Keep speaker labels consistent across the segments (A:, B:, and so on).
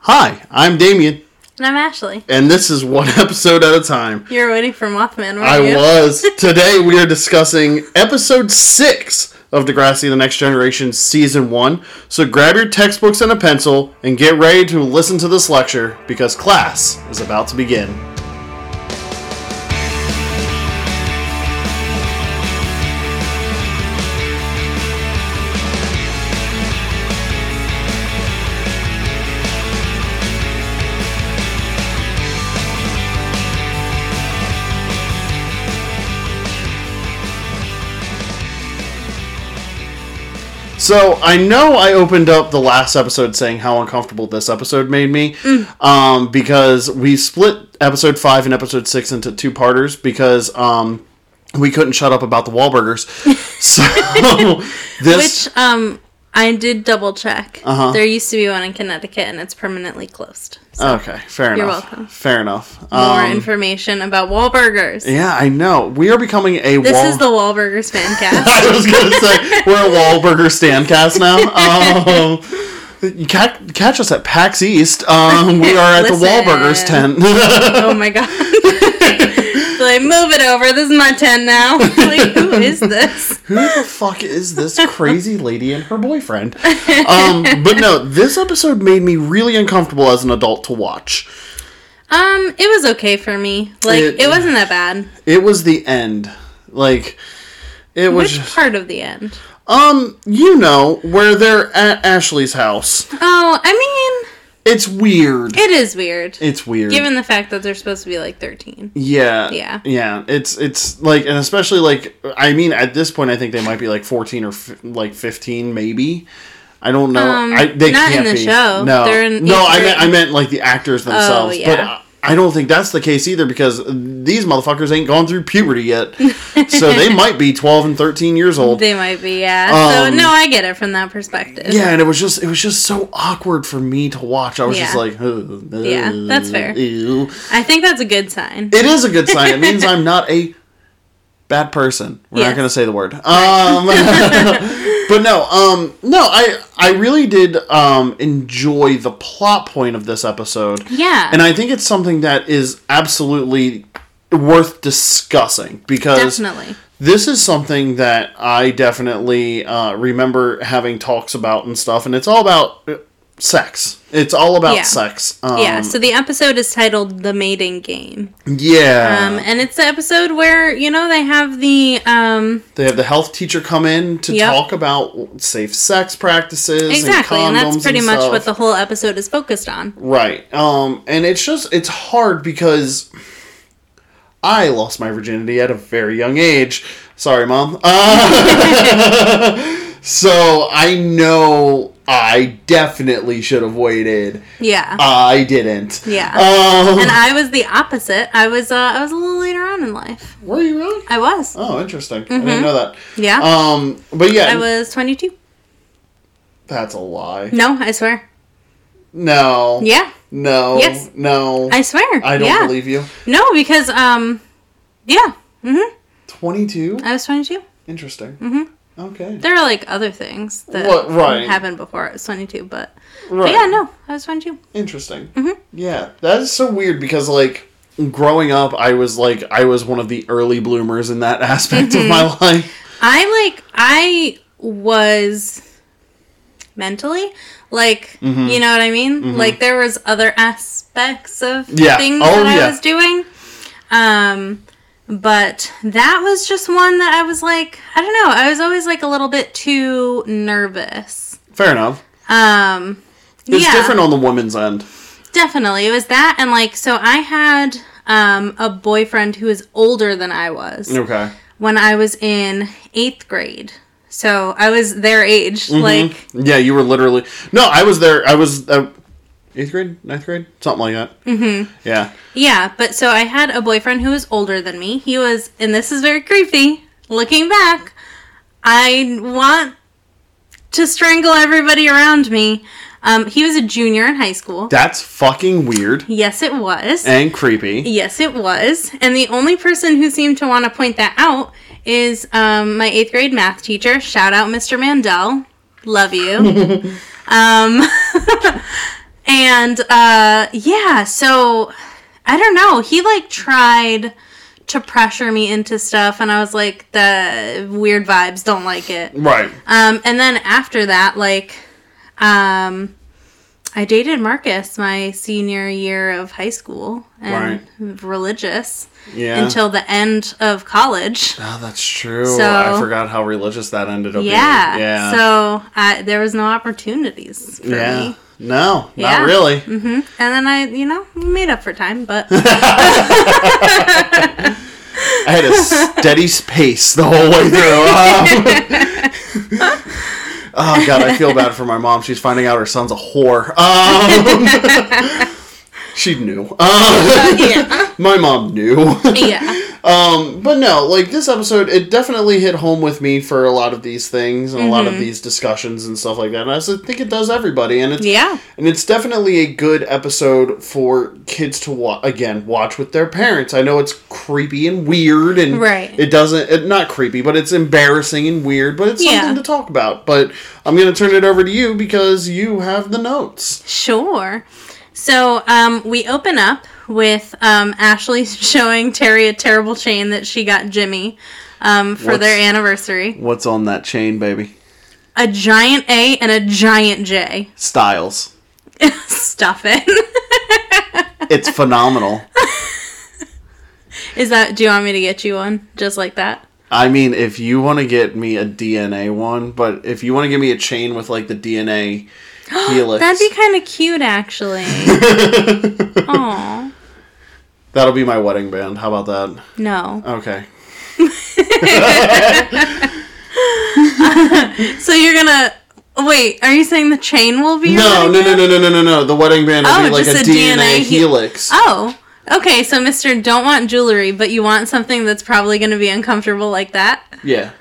A: Hi, I'm Damien,
B: And I'm Ashley.
A: and this is one episode at a time.
B: You were waiting for Mothman, weren't
A: I
B: you?
A: was. Today we are discussing episode six of Degrassi The Next Generation Season 1. So grab your textbooks and a pencil and get ready to listen to this lecture because class is about to begin. So I know I opened up the last episode saying how uncomfortable this episode made me,
B: Mm.
A: um, because we split episode five and episode six into two parters because um, we couldn't shut up about the Wahlburgers. So this,
B: Which, um, I did double check.
A: Uh-huh.
B: There used to be one in Connecticut and it's permanently closed. So
A: okay, fair
B: You're
A: enough.
B: welcome.
A: Fair enough.
B: more
A: Um, eh,
B: information about Wahlburgers.
A: yeah, I know we are becoming a.
B: This
A: Wahl-
B: is the Wahlburgers fan cast.
A: I was gonna say we're a Wahlburger standcast now. Um, you ca- catch us at PAX East. Um, we are at the
B: Listen.
A: Wahlburgers tent.
B: oh my god. so I move it over. This is my 10 now. like, who is this?
A: who the fuck is this crazy lady and her boyfriend? Um, but no, this episode made me really uncomfortable as an adult to watch.
B: Um, it was okay for me. Like,
A: It-
B: it, wasn't that bad.
A: It was the end. Like, it was,
B: Which part of the end?
A: um, you know, where they're at Ashley's house.
B: Oh, I
A: It's weird.
B: mean, it is weird.
A: It's weird.
B: Given the fact that they're supposed to be like 13.
A: yeah.
B: Yeah.
A: Yeah. It's, it's like, and especially like, I mean, at this point, I think they might be like 14 or f- like 15, maybe. I don't know.
B: Um,
A: I, they
B: not
A: can't
B: in the
A: be.
B: show.
A: No,
B: They're in
A: no.
B: eighth
A: I
B: grade.
A: meant, I meant like the actors themselves. But
B: yeah.
A: I, I don't think that's the case either because these motherfuckers ain't gone through puberty yet, so they might be twelve and thirteen years old.
B: They might be, yeah.
A: Um,
B: so no, I get it from that perspective.
A: yeah, and it was just it was just so awkward for me to watch. I was just
B: Yeah.
A: like, "Ugh,
B: Yeah,
A: ugh,
B: that's fair.
A: ew."
B: I think that's a good sign.
A: It is a good sign. It means I'm not a bad person. We're not
B: Yes.
A: going to say the word. Um, but no, um, no, I I really did um, enjoy the plot point of this episode.
B: yeah.
A: And I think it's something that is absolutely worth discussing because
B: definitely.
A: this is something that I definitely uh, remember having talks about and stuff, and it's all about uh, sex. It's all about
B: Yeah.
A: sex. Um,
B: yeah. So the episode is titled The Mating Game.
A: yeah.
B: Um and it's the episode where, you know, they have the um
A: They have the health teacher come in to
B: Yep.
A: talk about safe sex practices.
B: Exactly.
A: and,
B: And,
A: condoms
B: that's pretty much
A: stuff.
B: what the whole episode is focused on.
A: right. Um, and it's just it's hard because I lost my virginity at a very young age. Sorry, mom. Uh, so I know I definitely should have waited.
B: Yeah.
A: I didn't.
B: Yeah.
A: Um,
B: and I was the opposite. I was uh I was a little later on in life.
A: were you really?
B: I was.
A: Oh, interesting. I didn't know that.
B: Mm-hmm. Yeah.
A: Um, but yeah,
B: I was twenty two.
A: that's a lie.
B: No, I swear.
A: No.
B: Yeah.
A: No.
B: Yes.
A: No.
B: I swear.
A: I don't
B: yeah.
A: believe you.
B: No, because um yeah. Mm-hmm.
A: 22?
B: I was twenty two.
A: Interesting. Mm-hmm. Okay.
B: There are like other things that
A: What- right.
B: happened before I was 22, but, but
A: Right.
B: yeah, no, Mm-hmm. I was 22.
A: Interesting. Yeah. That is so weird because, like, growing up, I was, like, I was one of the early bloomers in that aspect of my
B: Mm-hmm.
A: life.
B: I like, I was mentally, like,
A: Mm-hmm.
B: you know what I mean? Like, there was other aspects of
A: Yeah.
B: things
A: Oh,
B: that
A: yeah.
B: I was doing. Um, but that was just one that I was like, I don't know, I was always like a little bit too nervous.
A: Fair enough.
B: Um,
A: It's
B: yeah.
A: different on the woman's end.
B: Definitely. It was that and like so I had um a boyfriend who was older than I was
A: Okay.
B: when I was in 8th grade. So I was their age like
A: Mm-hmm. Yeah, you were literally. No, I was there. I was. Uh, Eighth grade, ninth grade, something like that. Mm-hmm. Yeah,
B: yeah, but so I had a boyfriend who was older than me. He was and this is very creepy looking back. I want to strangle everybody around me. Um he was a junior in high school.
A: that's fucking weird
B: Yes, it was.
A: and creepy.
B: Yes, it was. And the only person who seemed to want to point that out is um, my eighth grade math teacher. Shout out, Mr. Mandel. Love you. um, And uh yeah, so I don't know. He like tried to pressure me into stuff and I was like the weird vibes, don't like it.
A: Right.
B: Um and then after that like um I dated Marcus my senior year of high school and religious
A: Yeah.
B: until the end of college.
A: oh, that's true. I
B: So-
A: forgot how religious that ended up
B: Yeah.
A: being. Yeah.
B: So I, there was no opportunities for
A: yeah.
B: me.
A: No,
B: Yeah.
A: not really.
B: hmm And then I, you know, made up for time, but
A: I had a steady s- pace the whole way through. Um, oh god, I feel bad for my mom. She's finding out her son's a whore. Um, she knew. Uh,
B: yeah.
A: my mom knew.
B: yeah.
A: Um, but no, like this episode, it definitely hit home with me for a lot of these things and a lot of
B: Mm-hmm.
A: these discussions and stuff like that. And I also think it does everybody, and it's
B: Yeah.
A: and it's definitely a good episode for kids to wa- again watch with their parents. I know it's creepy and weird, and
B: Right.
A: it doesn't it, not creepy, but it's embarrassing and weird. But it's
B: Yeah.
A: something to talk about. But I'm gonna turn it over to you because you have the notes.
B: Sure. So um, we open up with um, Ashley showing Terry a terrible chain that she got Jimmy um, for their
A: What's-
B: anniversary.
A: What's on that chain, baby?
B: A giant A and a giant J.
A: Styles.
B: Stuff it.
A: It's phenomenal.
B: Is that? Do you want me to get you one just like that?
A: I mean, if you want to get me a DNA one, but if you want to give me a chain with like the DNA helix,
B: That'd be kind of cute, actually. Aw.
A: that'll be my wedding band. How about that?
B: No.
A: Okay.
B: So you're gonna wait? Are you saying the chain will be? your
A: No,
B: wedding
A: no,
B: band?
A: no, no, no, no, no, no. The wedding band will
B: Oh,
A: be like
B: just
A: a,
B: a
A: DNA,
B: DNA he-
A: helix.
B: Oh, okay. So, Mister, don't want jewelry, but you want something that's probably going to be uncomfortable like that.
A: Yeah.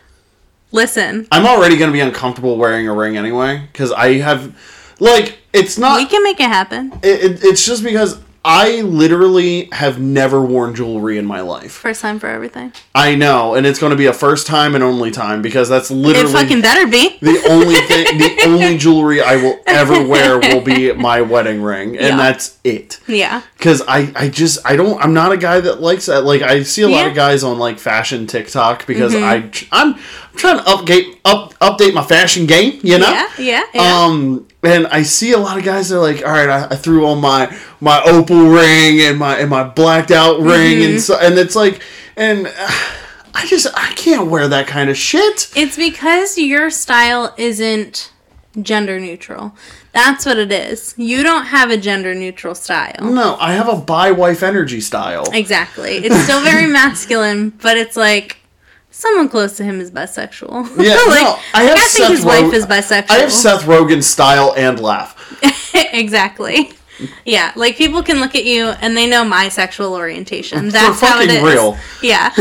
B: Listen,
A: I'm already going to be uncomfortable wearing a ring anyway cuz I have like it's
B: we
A: not
B: can make it happen
A: it, it, it's just because I literally have never worn jewelry in my life.
B: first time for everything.
A: I know, and it's going to be a first time and only time because that's
B: It
A: literally
B: fucking better be.
A: the only thing the only jewelry I will ever wear will be my wedding ring and
B: Yeah.
A: that's it.
B: Yeah,
A: Cause I, I just I don't I'm not a guy that likes that like I see a lot of
B: Yeah. Mm-hmm.
A: guys on like fashion TikTok because I I'm, I'm trying to update up update my fashion game you know
B: yeah, yeah, yeah.
A: um and I see a lot of guys that are like all right I, I threw on my my opal ring and my and my blacked out ring
B: Mm-hmm.
A: and so and it's like and uh, I just I can't wear that kind of shit
B: it's because your style isn't gender neutral. That's what it is. You don't have a gender neutral style.
A: no I have a bi wife energy style
B: Exactly. It's still very masculine, but it's like someone close to him is bisexual.
A: yeah
B: like,
A: no I have
B: I think
A: Seth
B: his wife
A: Rogen-
B: is bisexual.
A: I have Seth Rogen style and laugh.
B: exactly. Yeah, like people can look at you and they know my sexual orientation. That's how it
A: fucking
B: is.
A: real.
B: Yeah.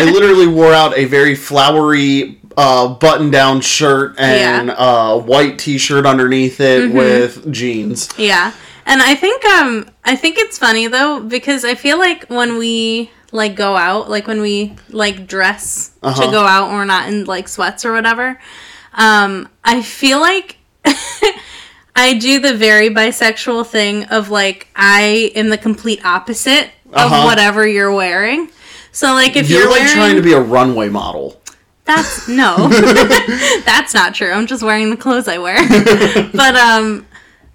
A: I literally wore out a very flowery uh, button-down shirt and
B: Yeah. Mm-hmm.
A: uh, white T-shirt underneath it with jeans.
B: yeah. And I think um I think it's funny though because I feel like when we like go out, like when we like dress
A: Uh-huh.
B: to go out and we're not in like sweats or whatever, um I feel like I do the very bisexual thing of like I am the complete opposite
A: Uh-huh.
B: of whatever you're wearing. So like if
A: You're,
B: you're,
A: like
B: wearing,
A: trying to be a runway model.
B: That's no. That's not true. I'm just wearing the clothes I wear. but um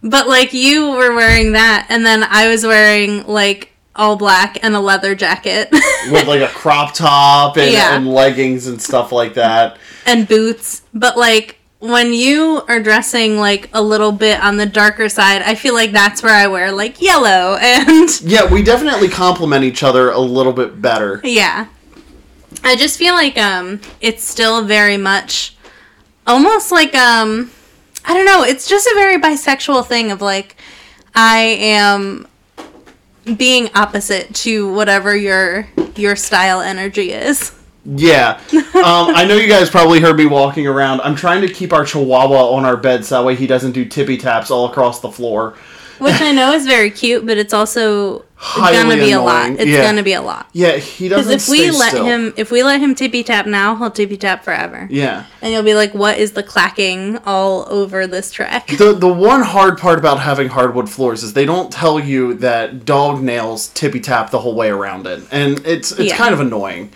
B: but like you were wearing that and then I was wearing like all black and a leather jacket
A: With like a crop top and,
B: Yeah.
A: and leggings and stuff like that.
B: and boots. But like when you are dressing like a little bit on the darker side, I feel like that's where I wear like yellow and
A: Yeah, we definitely complement each other a little bit better.
B: Yeah. I just feel like um it's still very much almost like um I don't know, it's just a very bisexual thing of like I am being opposite to whatever your your style energy is.
A: Yeah. Um, I know you guys probably heard me walking around. I'm trying to keep our chihuahua on our bed so that way he doesn't do tippy taps all across the floor.
B: Which I know is very cute, but it's also
A: highly
B: gonna be
A: annoying.
B: a lot. It's
A: yeah.
B: gonna be a lot.
A: Yeah, he
B: Because
A: doesn't.
B: if we
A: stay
B: let
A: still.
B: him, if we let him tippy tap now, he'll tippy tap forever.
A: Yeah.
B: And you'll be like, what is the clacking all over this track?
A: The the one hard part about having hardwood floors is they don't tell you that dog nails tippy tap the whole way around it, and it's it's
B: Yeah.
A: kind of annoying.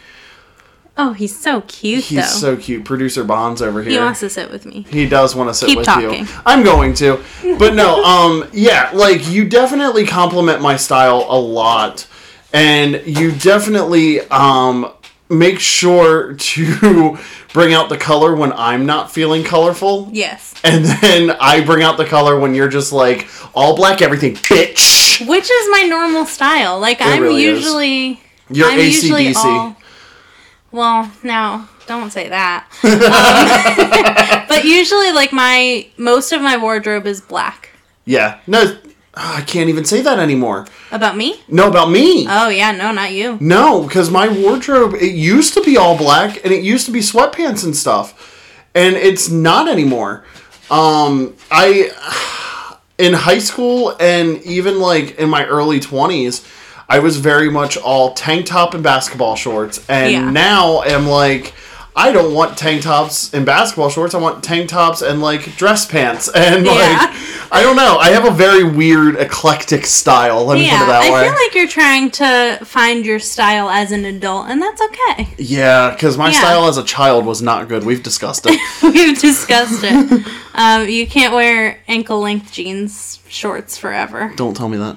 B: Oh, he's so cute
A: He's so
B: though.
A: cute. Producer Bonds over here.
B: he wants to sit with me.
A: He does want to sit
B: Keep
A: with
B: talking.
A: you. I'm going to. But no, um yeah, like you definitely compliment my style a lot and you definitely um make sure to bring out the color when I'm not feeling colorful.
B: Yes.
A: And then I bring out the color when you're just like all black everything, bitch.
B: Which is my normal style. Like I'm
A: really is.
B: usually
A: You're
B: I'm usually
A: ACDC.
B: all. Well, no, don't say that. Um, but usually, like my most of my wardrobe is black.
A: Yeah. No, ah, I can't even say that anymore.
B: About me?
A: No, about me.
B: Oh yeah, no, not you.
A: No, because my wardrobe it used to be all black and it used to be sweatpants and stuff, and it's not anymore. Um, I in high school and even like in my early twenties, I was very much all tank top and basketball shorts, and
B: Yeah.
A: now am like. I don't want tank tops and basketball shorts. I want tank tops and like dress pants and like
B: Yeah.
A: I don't know. I have a very weird eclectic style. Let me put
B: Yeah,
A: it that
B: I
A: way.
B: feel like you're trying to find your style as an adult, and that's okay.
A: Yeah, because my
B: Yeah.
A: style as a child was not good. We've discussed it.
B: We've discussed it. um, you can't wear ankle length jeans shorts forever.
A: Don't tell me that.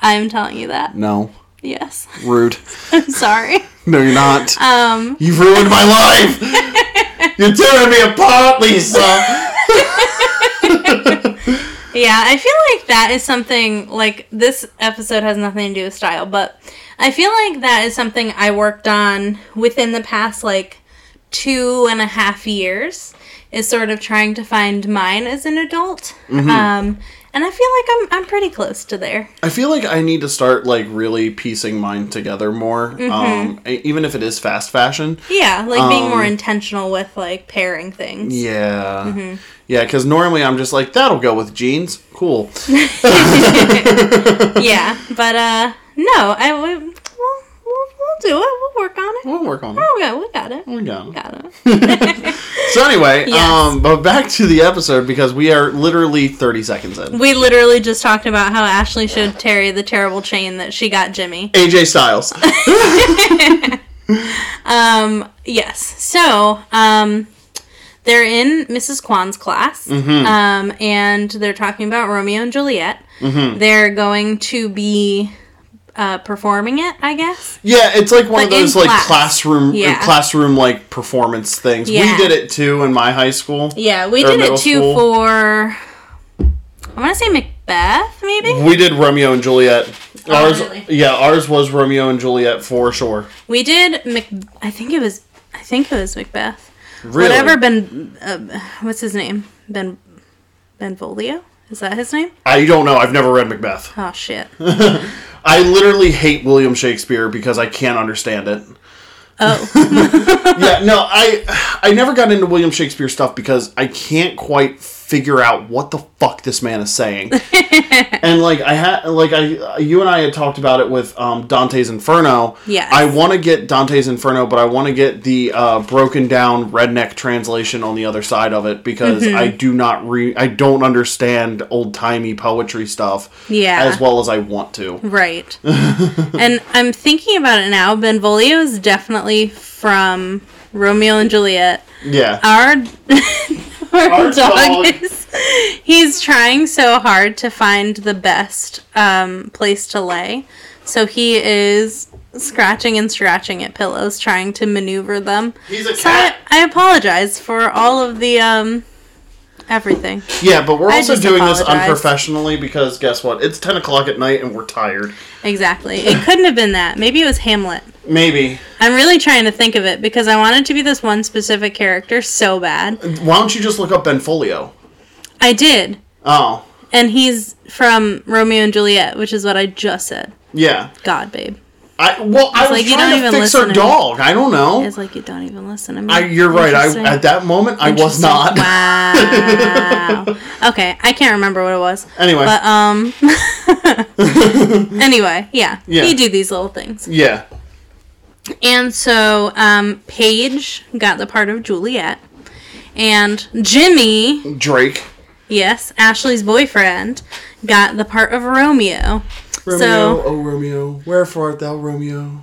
B: I'm telling you that.
A: No.
B: Yes,
A: Rude.
B: I'm sorry.
A: No, you're not.
B: Um,
A: You've ruined my life! you're tearing me apart, Lisa!
B: Yeah, I feel like that is something like this episode has nothing to do with style, but I feel like that is something I worked on within the past like two and a half years is sort of trying to find mine as an adult.
A: Mm-hmm.
B: Um, and I feel like I'm, I'm pretty close to there.
A: I feel like I need to start, like, really piecing mine together more.
B: Mm-hmm.
A: Um, e- even if it is fast fashion.
B: Yeah, like being more
A: Um,
B: intentional with like pairing things.
A: Yeah.
B: Mm-hmm.
A: Yeah, because normally I'm just like, that'll go with jeans. Cool.
B: yeah, but uh, no, I we, we'll, we'll, we'll do it. We'll work on it.
A: We'll work on it.
B: We got, we got it.
A: We got it.
B: Got it.
A: So anyway,
B: Yes.
A: um, but back to the episode because we are literally 30 seconds in.
B: We literally just talked about how Ashley showed Terry the terrible chain that she got Jimmy.
A: AJ Styles.
B: Um, yes. So, um, they're in Mrs. Kwan's class,
A: Mm-hmm.
B: um, and they're talking about Romeo and Juliet.
A: Mm-hmm.
B: They're going to be uh, performing it, I guess.
A: Yeah, it's like one
B: But
A: of those
B: in
A: like
B: class.
A: classroom
B: Yeah.
A: classroom like performance things.
B: Yeah.
A: We did it too in my high school.
B: Yeah, we
A: Or
B: did
A: middle
B: it too
A: school.
B: for. I want to say Macbeth, maybe.
A: We did Romeo and Juliet. Ours
B: Oh, really?
A: yeah, ours was Romeo and Juliet for sure.
B: We did Mac. I think it was. I think it was Macbeth.
A: Really?
B: Whatever Ben, uh, what's his name? Ben, Benvolio? Is that his name?
A: I don't know. I've never read Macbeth.
B: Oh shit.
A: I literally hate William Shakespeare because I can't understand it.
B: Oh,
A: yeah, no, I I never got into William Shakespeare stuff because I can't quite figure out what the fuck this man is saying. and like I had like I you and I had talked about it with um, Dante's Inferno.
B: Yes.
A: I want to get Dante's Inferno, but I want to get the uh, broken down redneck translation on the other side of it because
B: Mm-hmm.
A: I do not re I don't understand old timey poetry stuff
B: Yeah.
A: as well as I want to.
B: right. and I'm thinking about it now. Benvolio is definitely from Romeo and Juliet.
A: Yeah.
B: Our our,
A: Our
B: dog,
A: dog.
B: is he's trying so hard to find the best um, place to lay. So he is scratching and scratching at pillows, trying to maneuver them.
A: He's a
B: So I, I apologize for all of the um everything.
A: Yeah, but we're
B: I
A: also
B: just
A: doing this
B: apologize.
A: unprofessionally because guess what? It's ten o'clock at night and we're tired.
B: Exactly. It couldn't have been that. Maybe it was Hamlet.
A: Maybe.
B: I'm really trying to think of it because I wanted to be this one specific character so bad.
A: Why don't you just look up Benfolio?
B: I did.
A: Oh,
B: And he's from Romeo and Juliet, which is what I just said.
A: yeah.
B: God, babe.
A: I well, I was
B: like, you
A: trying
B: don't
A: to
B: even
A: fix her
B: listen to me.
A: dog. I don't know.
B: It's like you don't even listen to me.
A: I, you're right. I
B: Interesting.
A: at that moment I was
B: Interesting.
A: not.
B: Wow. okay, I can't remember what it was.
A: Anyway,
B: But um anyway, yeah,
A: Yeah.
B: He'd do these little things.
A: Yeah.
B: And so um, Paige got the part of Juliet, and Jimmy,
A: Drake.
B: yes, Ashley's boyfriend, got the part of Romeo.
A: Romeo,
B: So-
A: oh Romeo, wherefore art thou Romeo?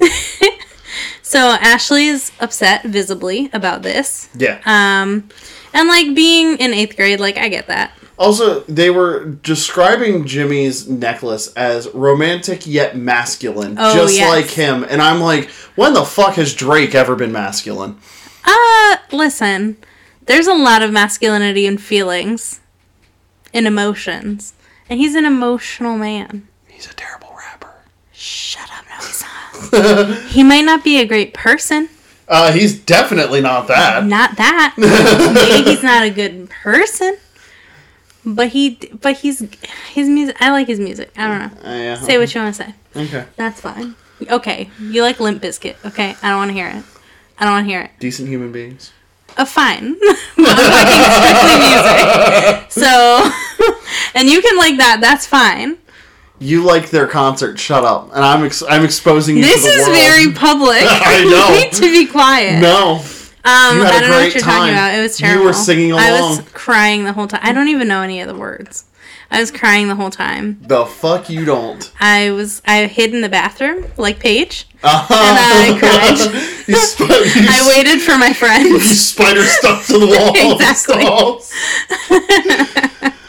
B: So Ashley's upset visibly about this.
A: yeah.
B: Um, and like being in eighth grade, like I get that.
A: Also, they were describing Jimmy's necklace as romantic yet masculine,
B: Oh,
A: just
B: yes.
A: like him. And I'm like, when the fuck has Drake ever been masculine?
B: Uh, listen, there's a lot of masculinity and feelings and emotions. And he's an emotional man.
A: He's a terrible rapper.
B: Shut up, no, he's not. he might not be a great person.
A: Uh, he's definitely not that.
B: Not that. Maybe he's not a good person. But he, but he's, his music, I like his music. I don't know.
A: Uh, yeah.
B: Say what you want to say.
A: Okay.
B: That's fine. Okay. You like Limp Biscuit. Okay. I don't want to hear it. I don't want to hear it.
A: Decent human beings.
B: Uh, fine. I'm talking strictly music. So, and you can like that. That's fine.
A: You like their concert? Shut up. And I'm ex- I'm exposing you.
B: This
A: to the
B: is
A: world.
B: very public.
A: I know.
B: you need to be quiet.
A: no.
B: um,
A: you had a
B: I don't know
A: great
B: what you're
A: time.
B: talking about. It was
A: You were
B: terrible.
A: singing
B: I was
A: along.
B: crying the whole time. I don't even know any of the words. I was crying the whole time.
A: The fuck you don't.
B: I was I hid in the bathroom like Paige.
A: Uh-huh.
B: And I cried.
A: you sp- you
B: I waited for my
A: You
B: friends.
A: spider stuck to the wall.
B: Exactly.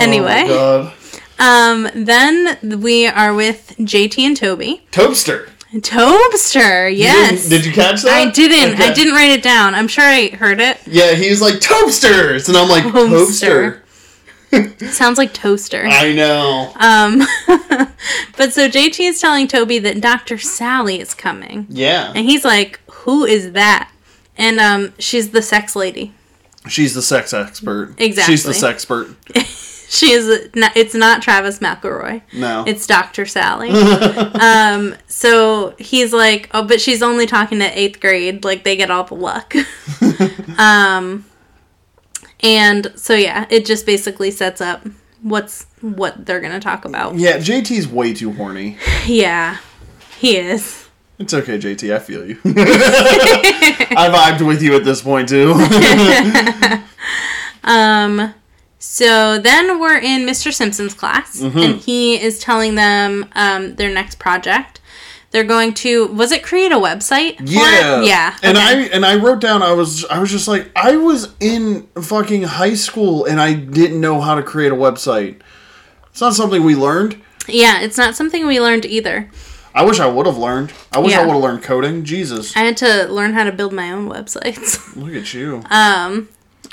B: Anyway.
A: Oh my God.
B: Um, then we are with JT and Toby.
A: Toadster.
B: Tobster,
A: You
B: yes.
A: didn't- Did you catch that?
B: I didn't. I
A: Okay.
B: didn't write it down. I'm sure I heard it.
A: Yeah, he's like toasters, and I'm like
B: Toaster.
A: toaster.
B: It sounds like toaster.
A: I know.
B: Um, but so JT is telling Toby that Dr. Sally is coming,
A: Yeah,
B: and he's like, "Who is that?" And um, she's the sex lady.
A: she's the sex expert.
B: Exactly.
A: She's the sex expert.
B: She is. Not, it's not Travis McElroy.
A: No.
B: It's Dr. Sally. um, so he's like, oh, but she's only talking to eighth grade. Like, they get all the luck. um, and so, yeah, it just basically sets up what's what they're going to talk about.
A: yeah, JT's way too horny.
B: Yeah, he is.
A: It's okay, JT. I feel you. I vibed with you at this point too.
B: Um, so then we're in Mr. Simpson's class,
A: Mm-hmm.
B: and he is telling them um, their next project. They're going to, was it create a website? for it?
A: yeah,
B: Yeah.
A: And
B: okay.
A: I and I wrote down. I was I was just like I was in fucking high school and I didn't know how to create a website. It's not something we learned.
B: Yeah, it's not something we learned either.
A: I wish I would have learned. I wish I
B: Yeah. Uh,
A: would have learned coding. Jesus,
B: I had to learn how to build my own websites.
A: look at you.
B: um,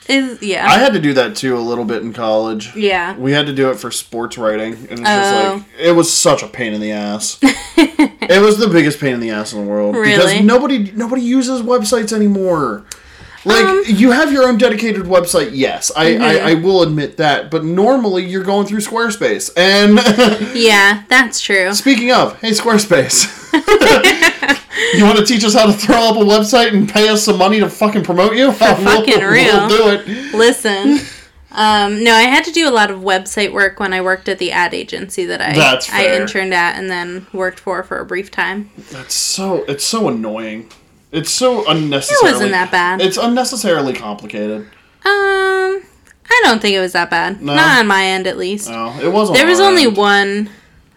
B: is yeah,
A: I had to do that too a little bit in college.
B: yeah.
A: We had to do it for sports writing, and it's
B: Oh.
A: just like it was such a pain in the ass. it was the biggest pain in the ass in the world
B: Really?
A: because nobody nobody uses websites anymore. Like
B: Um.
A: you have your own dedicated website, yes, I, I I will admit that. But normally you're going through Squarespace. And
B: Yeah, that's true.
A: speaking of, hey Squarespace, you want to teach us how to throw up a website and pay us some money to fucking promote you? For
B: fucking
A: we'll
B: real.
A: do it.
B: Listen. Um, no, I had to do a lot of website work when I worked at the ad agency that I
A: That's
B: I
A: fair.
B: interned at and then worked for for a brief time.
A: That's so. It's so annoying. It's so unnecessarily.
B: that bad.
A: It's unnecessarily complicated.
B: Um, I don't think it was that bad.
A: No?
B: Not on my end, at least.
A: No, it wasn't.
B: There was only one.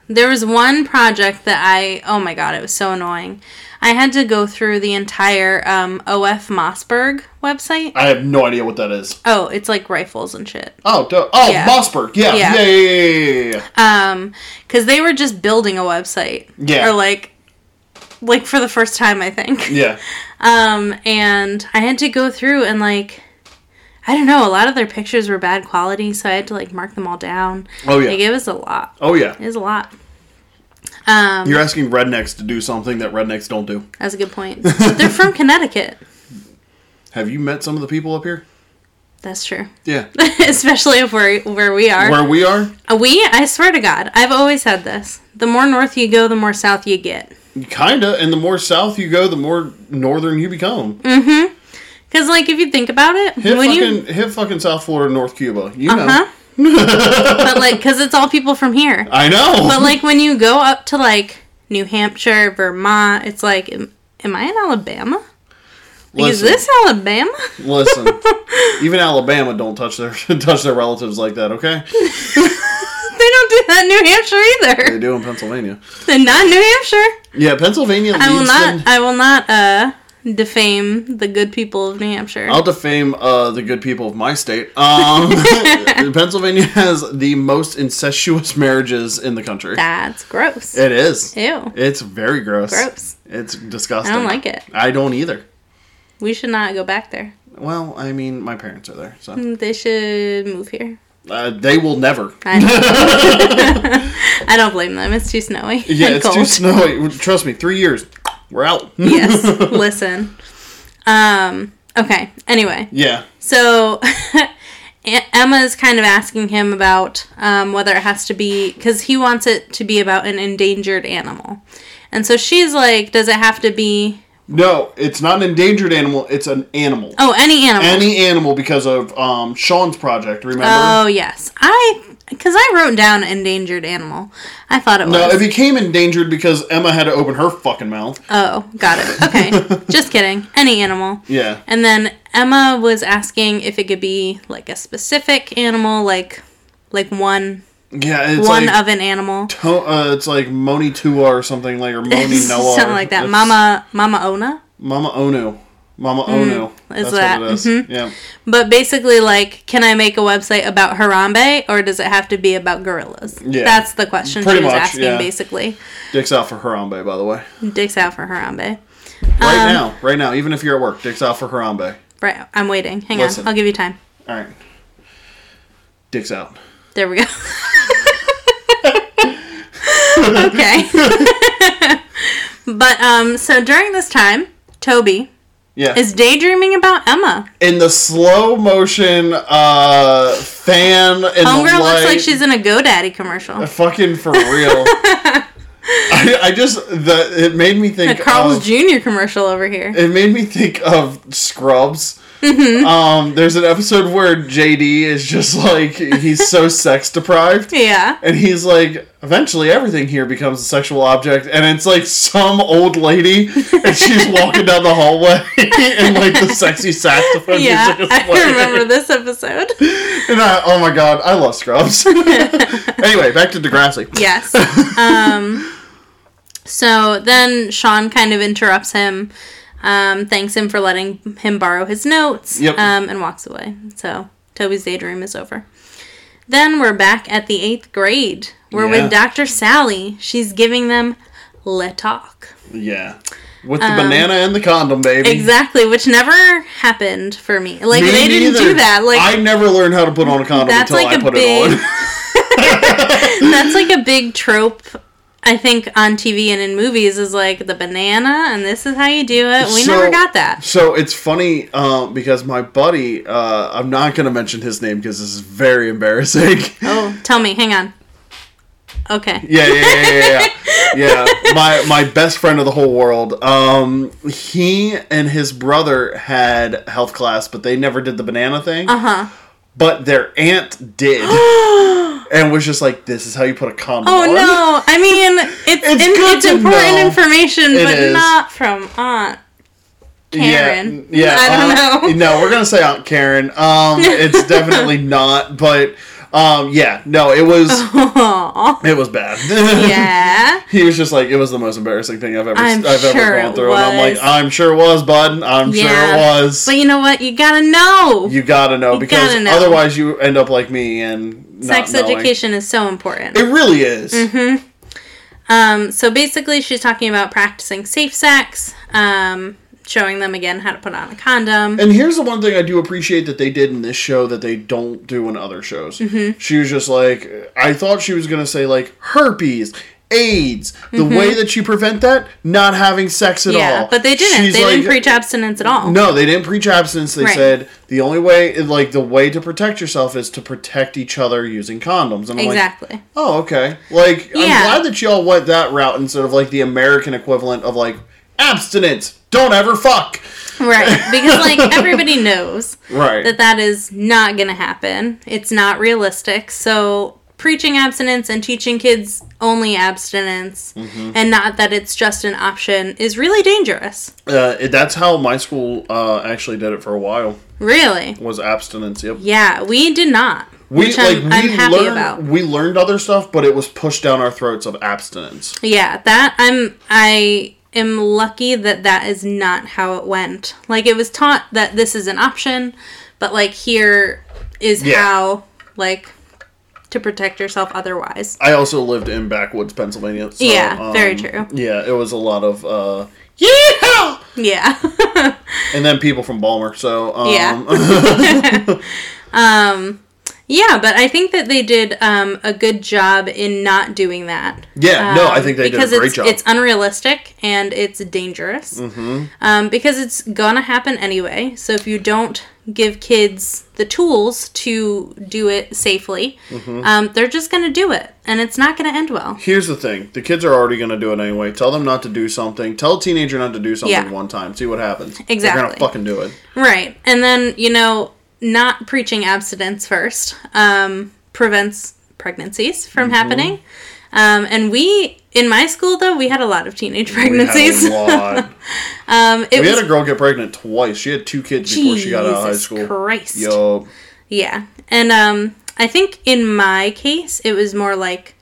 B: There was one project that I. Oh my god, it was so annoying. I had to go through the entire um, OF Mossberg website.
A: I have no idea what that is.
B: Oh, it's like rifles and shit.
A: Oh, duh. oh,
B: Yeah.
A: Mossberg. Yeah.
B: Yeah.
A: Yeah. Yeah, yeah, yeah, yeah, yeah.
B: Um, because they were just building a website.
A: Yeah.
B: Or like, like for the first time, I think.
A: Yeah.
B: Um, and I had to go through and like, I don't know. A lot of their pictures were bad quality, so I had to like mark them all down.
A: Oh yeah.
B: Like it was a lot.
A: oh yeah.
B: It was a lot. Um,
A: You're asking rednecks to do something that rednecks don't do.
B: That's a good point. They're from Connecticut.
A: Have you met some of the people up here?
B: That's true.
A: Yeah.
B: Especially if we're where we are.
A: Where we are,
B: Uh, we, I swear to God, I've always said this. The more north you go, the more south you get.
A: kinda. And the more south you go, the more northern you become.
B: Because, like, if you think about it,
A: Hit
B: Mm-hmm. when
A: fucking
B: you.
A: hit fucking South Florida, North Cuba. You
B: Uh huh.
A: know.
B: Uh-huh. but like, because it's all people from here.
A: I know.
B: But like when you go up to like New Hampshire, Vermont, it's like, am, am I in Alabama? Like, is
A: Listen.
B: this Alabama?
A: Listen, even Alabama don't touch their touch their relatives like that. Okay,
B: they don't do that in New Hampshire
A: they
B: either.
A: do in Pennsylvania.
B: They're not in New Hampshire.
A: Yeah, Pennsylvania.
B: I will
A: leads
B: not.
A: them-
B: I will not. Uh, defame the good people of New Hampshire.
A: I'll defame uh, the good people of my state. Um, Pennsylvania has the most incestuous marriages in the country.
B: That's gross.
A: It is.
B: Ew.
A: It's very gross.
B: Gross.
A: It's disgusting.
B: I don't like it.
A: I don't either.
B: We should not go back there.
A: Well, I mean, my parents are there, so
B: They should move here.
A: uh, they will never.
B: I don't, I don't blame them. It's too snowy.
A: Yeah,
B: and
A: it's
B: cold.
A: too snowy. Trust me, three years, we're out.
B: yes. Listen. Um. Okay. Anyway,
A: yeah.
B: so E- Emma's kind of asking him about um, whether it has to be because he wants it to be about an endangered animal, and so she's like, "Does it have to be?
A: No, it's not an endangered animal. It's an animal.
B: Oh, any animal?
A: Any animal because of um, Sean's project. Remember?
B: oh, yes. I because I wrote down endangered animal. I thought it was.
A: no, it became endangered because Emma had to open her fucking mouth.
B: Oh, got it. Okay. Just kidding. Any animal.
A: Yeah.
B: And then Emma was asking if it could be like a specific animal, like like one
A: Yeah, it's
B: one
A: like
B: of an animal.
A: to- uh, it's like Moni Tua or something like or Moni Noah.
B: Something like that.
A: It's
B: Mama Mama Ona.
A: Mama Onu. Mama Onu. That's
B: that- mm-hmm.
A: what it is. Yeah.
B: But basically like, can I make a website about Harambe or does it have to be about gorillas?
A: Yeah.
B: That's the question
A: Pretty
B: she was
A: much,
B: asking
A: yeah.
B: basically.
A: Dick's out for Harambe, by the way.
B: Dicks out for Harambe.
A: Right
B: Um,
A: now, right now, even if you're at work, Dick's out for Harambe.
B: Right I'm waiting. Hang
A: Listen.
B: on. I'll give you time.
A: All right. Dick's out.
B: There we go. okay. but um so during this time, Toby
A: Yeah.
B: is daydreaming about Emma.
A: in the slow motion uh fan in
B: Homegirl
A: the light, Uh,
B: looks like she's in a GoDaddy commercial.
A: fucking for real. I, I just the it made me
B: A
A: think
B: Carl's
A: of,
B: Jr. commercial over here.
A: oh. it made me think of Scrubs.
B: Mm-hmm.
A: Um, there's an episode where JD is just like he's so sex deprived.
B: Yeah.
A: And he's like, eventually everything here becomes a sexual object, and it's like some old lady, and she's walking down the hallway, and like the sexy saxophone
B: Yeah.
A: music is
B: I
A: playing.
B: remember this episode.
A: And I, oh my god, I love Scrubs. anyway, back to Degrassi.
B: Yes. Um so then Sean kind of interrupts him, um, thanks him for letting him borrow his notes,
A: Yep.
B: um, and walks away. So Toby's daydream is over. Then we're back at the eighth grade. We're with
A: Yeah.
B: Dr. Sally. She's giving them Le Talk.
A: Yeah. With the banana and the condom, baby.
B: Um, Exactly, which never happened for me. Like
A: Me
B: they didn't
A: neither.
B: do that. Like
A: I never learned how to put on a condom
B: That's
A: until
B: like
A: I
B: a
A: put
B: big-
A: it on.
B: that's like a big trope I think on TV and in movies is like the banana and this is how you do it. We
A: So-
B: never got that.
A: so it's funny uh, because my buddy, uh, I'm not going to mention his name because this is very embarrassing.
B: Oh, tell me. Hang on. Okay.
A: Yeah, yeah, yeah, yeah, yeah. yeah. My my best friend of the whole world. Um, he and his brother had health class, but they never did the banana thing.
B: Uh huh.
A: But their aunt did, and was just like, "This is how you put a condom."
B: Oh
A: on.
B: no! I mean, it's
A: It's
B: in-
A: good
B: it's
A: to
B: important
A: know.
B: information,
A: It
B: but
A: is.
B: not from Aunt Karen.
A: Yeah, yeah.
B: I don't
A: Aunt- No, we're gonna say Aunt Karen. Um, it's definitely not. But um, yeah, no, it was
B: know.
A: it was bad.
B: Oh. yeah.
A: He was just like, it was the most embarrassing thing I've ever i
B: I'm
A: have ever
B: sure
A: gone
B: it
A: through, and I'm like,
B: was.
A: I'm sure it was, bud. I'm sure
B: Yeah.
A: it was.
B: But you know what? You gotta know.
A: You gotta know because
B: gotta know.
A: otherwise you end up like me and not
B: Sex
A: knowing.
B: education Mm-hmm. is so important.
A: It really is.
B: Um, so basically, she's talking about practicing safe sex, um, showing them again how to put on a condom.
A: And here's the one thing I do appreciate that they did in this show that they don't do in other shows.
B: Mm-hmm.
A: She was just like, I thought she was gonna say like herpes. AIDS. The way that you prevent that, not having sex at all.
B: Mm-hmm. yeah, but they didn't.
A: She's
B: they didn't
A: like,
B: preach abstinence at all.
A: No, they didn't preach abstinence. They
B: Right.
A: said the only way, like the way to protect yourself, is to protect each other using condoms. And I'm like,
B: Exactly.
A: Oh, okay. Like, I'm
B: Yeah.
A: glad that y'all went that route instead of like the American equivalent of like abstinence. Don't ever fuck.
B: Right. Because, like, everybody knows
A: Right.
B: that that is not going to happen. It's not realistic. So, preaching abstinence and teaching kids only abstinence
A: Mm-hmm.
B: and not that it's just an option is really dangerous.
A: Uh, it- that's how my school uh, actually did it for a while.
B: Really.
A: Was abstinence. Yep.
B: Yeah, we did not.
A: We
B: which
A: like
B: I'm,
A: we
B: I'm happy
A: learned
B: about.
A: we learned other stuff, but it was pushed down our throats of abstinence.
B: Yeah, that I'm I am lucky that that is not how it went. Like it was taught that this is an option, but like here is
A: Yeah.
B: how like to protect yourself otherwise.
A: I also lived in backwoods, Pennsylvania. So,
B: Yeah,
A: um,
B: very true.
A: Yeah, it was a lot of uh, yeah,
B: Yeah.
A: and then people from Balmer. So um,
B: Yeah. um yeah, but I think that they did um, a good job in not doing that.
A: yeah, no, I
B: Um,
A: think they did a
B: because
A: great
B: it's,
A: job. Mm-hmm.
B: It's unrealistic and it's dangerous um, because it's gonna happen anyway. So if you don't give kids the tools to do it safely,
A: Mm-hmm.
B: um, they're just gonna do it, and it's not gonna end well.
A: Here's the thing: the kids are already going to do it anyway. Tell them not to do something. Tell a teenager not to do something
B: Yeah.
A: one time. See what happens. They're going
B: Exactly.
A: to fucking do it.
B: Right, and then you know, not preaching abstinence first um, prevents pregnancies from
A: Mm-hmm.
B: happening. Um, and we in my school though we had a lot of teenage
A: We had
B: pregnancies.
A: a lot.
B: um, it
A: we
B: was
A: had a girl get pregnant twice. She had two kids before she got out of high
B: Jesus
A: school.
B: Christ.
A: Yo,
B: Yeah. And um I think in my case it was more like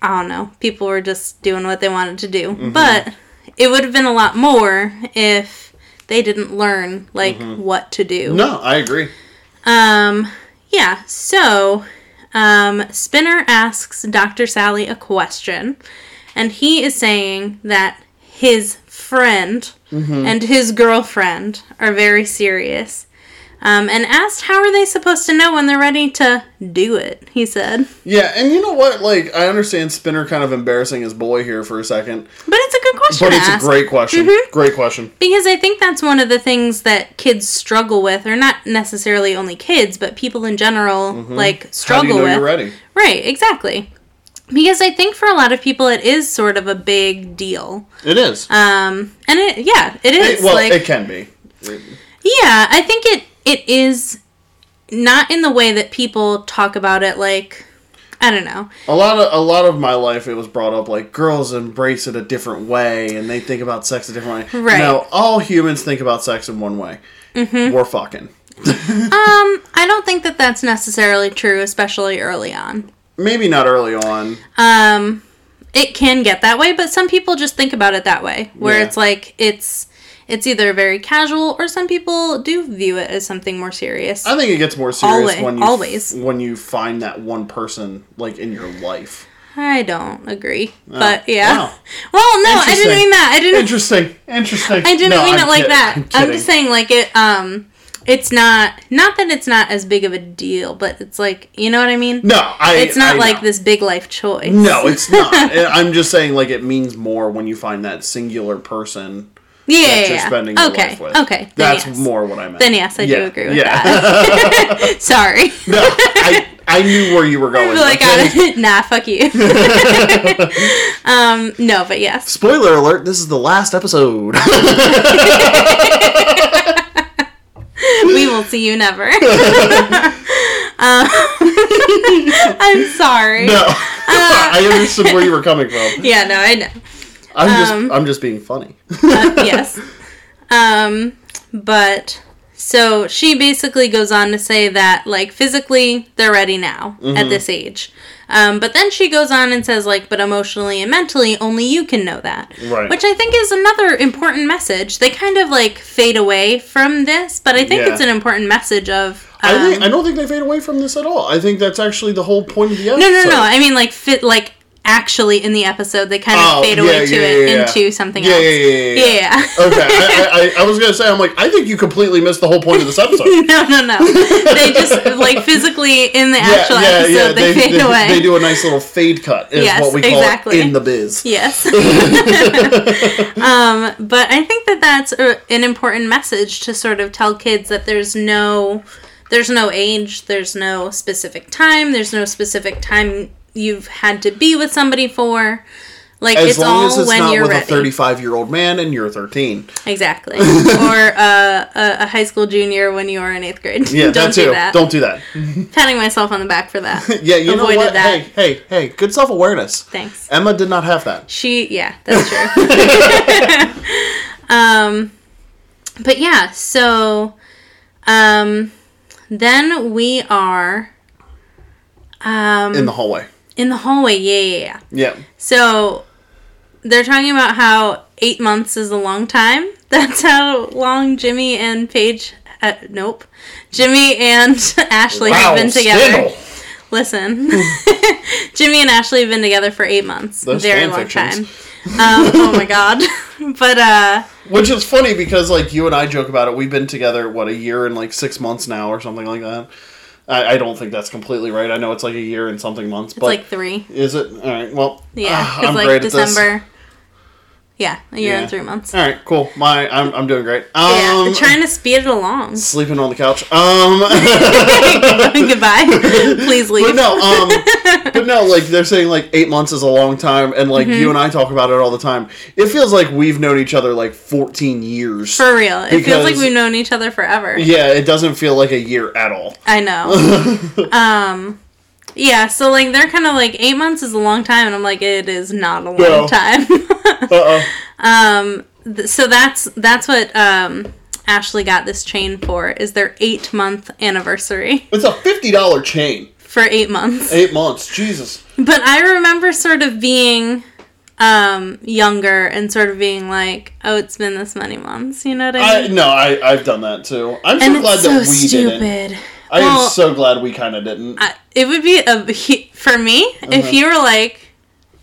B: I don't know, people were just doing what they wanted to do. But it would have been a lot more if they didn't learn like what to do.
A: no, I agree.
B: Um yeah, so um Spinner asks Dr. Sally a question and he is saying that his friend
A: Mm-hmm.
B: and his girlfriend are very serious um, and asked how are they supposed to know when they're ready to do it he said
A: Yeah, and you know what? Like, I understand Spinner kind of embarrassing his boy here for a second,
B: but it's a good question
A: but
B: to
A: it's a
B: ask,
A: great question.
B: Mm-hmm.
A: Great question.
B: because i think that's one of the things that kids struggle with or not necessarily only kids but people in general like
A: Mm-hmm. How
B: struggle
A: do you know
B: with
A: you're ready?
B: right exactly because i think for a lot of people it is sort of a big deal
A: It is.
B: um, and it yeah it is
A: It- well,
B: like
A: it can be.
B: Yeah, I think it it is not in the way that people talk about it like I don't know.
A: A lot of a lot of my life, it was brought up like girls embrace it a different way, and they think about sex a different way.
B: Right. Mm-hmm.
A: No, all humans think about sex in one way. We're fucking.
B: Um, I don't think that that's necessarily true especially early on.
A: Maybe not early on.
B: Um it can get that way, but some people just think about it that way where
A: Yeah.
B: it's like it's it's either very casual or some people do view it as something more serious.
A: I think it gets more serious
B: Always-
A: when you f-
B: always.
A: when you find that one person like in your life.
B: I don't agree. but yeah.
A: wow.
B: Well, no,
A: Oh,
B: I didn't
A: Interesting.
B: mean that. I didn't
A: Interesting. Interesting.
B: I didn't
A: No,
B: mean
A: I'm
B: it like
A: kid-
B: that.
A: I'm,
B: I'm,
A: kidding.
B: just saying like it um it's not not that it's not as big of a deal, but it's like you know what I mean?
A: No, I.
B: It's not
A: I
B: like
A: know.
B: this big life choice.
A: No, it's not. I- I'm just saying, like, it means more when you find that singular person
B: Yeah, yeah,
A: that
B: yeah.
A: you're spending your
B: okay.
A: life with.
B: Okay. Then
A: That's
B: yes.
A: more what I meant.
B: Then yes, I do agree with that. Sorry.
A: no, I, I knew where you were going.
B: like
A: okay?
B: I, nah, fuck you. um no, but yes.
A: Spoiler alert, this is the last episode.
B: We will see you never. Um, I'm sorry.
A: no.
B: Uh,
A: I understood where you were coming from.
B: Yeah, no, I know.
A: I'm just
B: Um,
A: I'm just being funny.
B: Uh, yes. Um, but so she basically goes on to say that like physically they're ready now
A: Mm-hmm.
B: at this age. Um, but then she goes on and says like, but emotionally and mentally only you can know that.
A: Right.
B: Which I think is another important message. They kind of like fade away from this, but I think
A: Yeah.
B: it's an important message of. Um,
A: I, think, I don't think they fade away from this at all. I think that's actually the whole point of the episode.
B: no, no, no. I mean like fit like actually in the episode they kind of
A: Oh,
B: fade
A: yeah,
B: away to
A: yeah,
B: it
A: yeah, yeah.
B: into something
A: Yeah,
B: else.
A: yeah, yeah, yeah, yeah. okay, I, I, I, I was gonna say I'm like I think you completely missed the whole point of this episode.
B: No, no, no. They just like physically in the actual episode they, fade away.
A: They do a nice little fade cut, is
B: Yes,
A: what we call
B: exactly.
A: it in the biz.
B: Yes. um, but I think that that's a, an important message to sort of tell kids that there's no there's no age, there's no specific time, there's no specific time you've had to be with somebody for. Like
A: As
B: it's
A: long
B: all
A: as it's
B: when
A: not
B: you're
A: with
B: ready.
A: a 35 year old man and you're 13.
B: Exactly. or uh, a, a high school junior when you are in eighth grade.
A: Yeah,
B: Don't
A: that too.
B: do that.
A: Don't do that.
B: Patting myself on the back for that.
A: Yeah, you know
B: Avoided
A: what?
B: that.
A: Hey, hey, hey, good self awareness.
B: Thanks.
A: Emma did not have that.
B: She, yeah, that's true. um, but yeah, so um, then we are um,
A: In the hallway.
B: in the hallway. Yeah, yeah, yeah.
A: Yeah.
B: So they're talking about how eight months is a long time. That's how long Jimmy and Paige. Uh, nope. Jimmy and Ashley have been together.
A: Scandal.
B: Listen, Jimmy and Ashley have been together for eight months.
A: Those
B: Very
A: fan
B: long
A: fictions.
B: time. Um, oh my god. but uh,
A: Which is funny because like you and I joke about it. We've been together what a year and like six months now or something like that. I, I don't think that's completely right. I know it's like a year and something months,
B: it's
A: but
B: like three.
A: is it all right? Well,
B: Yeah,
A: ah,
B: it's
A: I'm
B: like
A: great
B: December.
A: at
B: Yeah, a year
A: Yeah. Um,
B: and three months.
A: this. All right, cool. My I'm I'm doing great.
B: yeah,
A: Um,
B: trying to speed it along.
A: sleeping on the couch. Um.
B: Goodbye. Please leave.
A: But no, um, but no, like they're saying, like eight months is a long time, and like
B: Mm-hmm.
A: you and I talk about it all the time. It feels like we've known each other like fourteen years.
B: For real. It feels like
A: Because-
B: we've known each other forever.
A: yeah, it doesn't feel like a year at all.
B: I know. um yeah, so like they're kind of like 8 months is a long time and I'm like it is not a long
A: No.
B: time.
A: Uh-oh.
B: um th- so that's that's what um Ashley got this chain for is their 8 month anniversary
A: It's a fifty dollar chain.
B: for 8 months.
A: Eight months. Jesus.
B: But I remember sort of being um younger and sort of being like, "Oh, it's been this many months." You know what I
A: I
B: mean?
A: no, I I've done that too. I'm so
B: and
A: glad
B: it's so
A: that we
B: stupid.
A: didn't. I
B: Well-
A: am so glad we kind of didn't.
B: I- it would be a he- for me
A: Uh-huh.
B: if you were like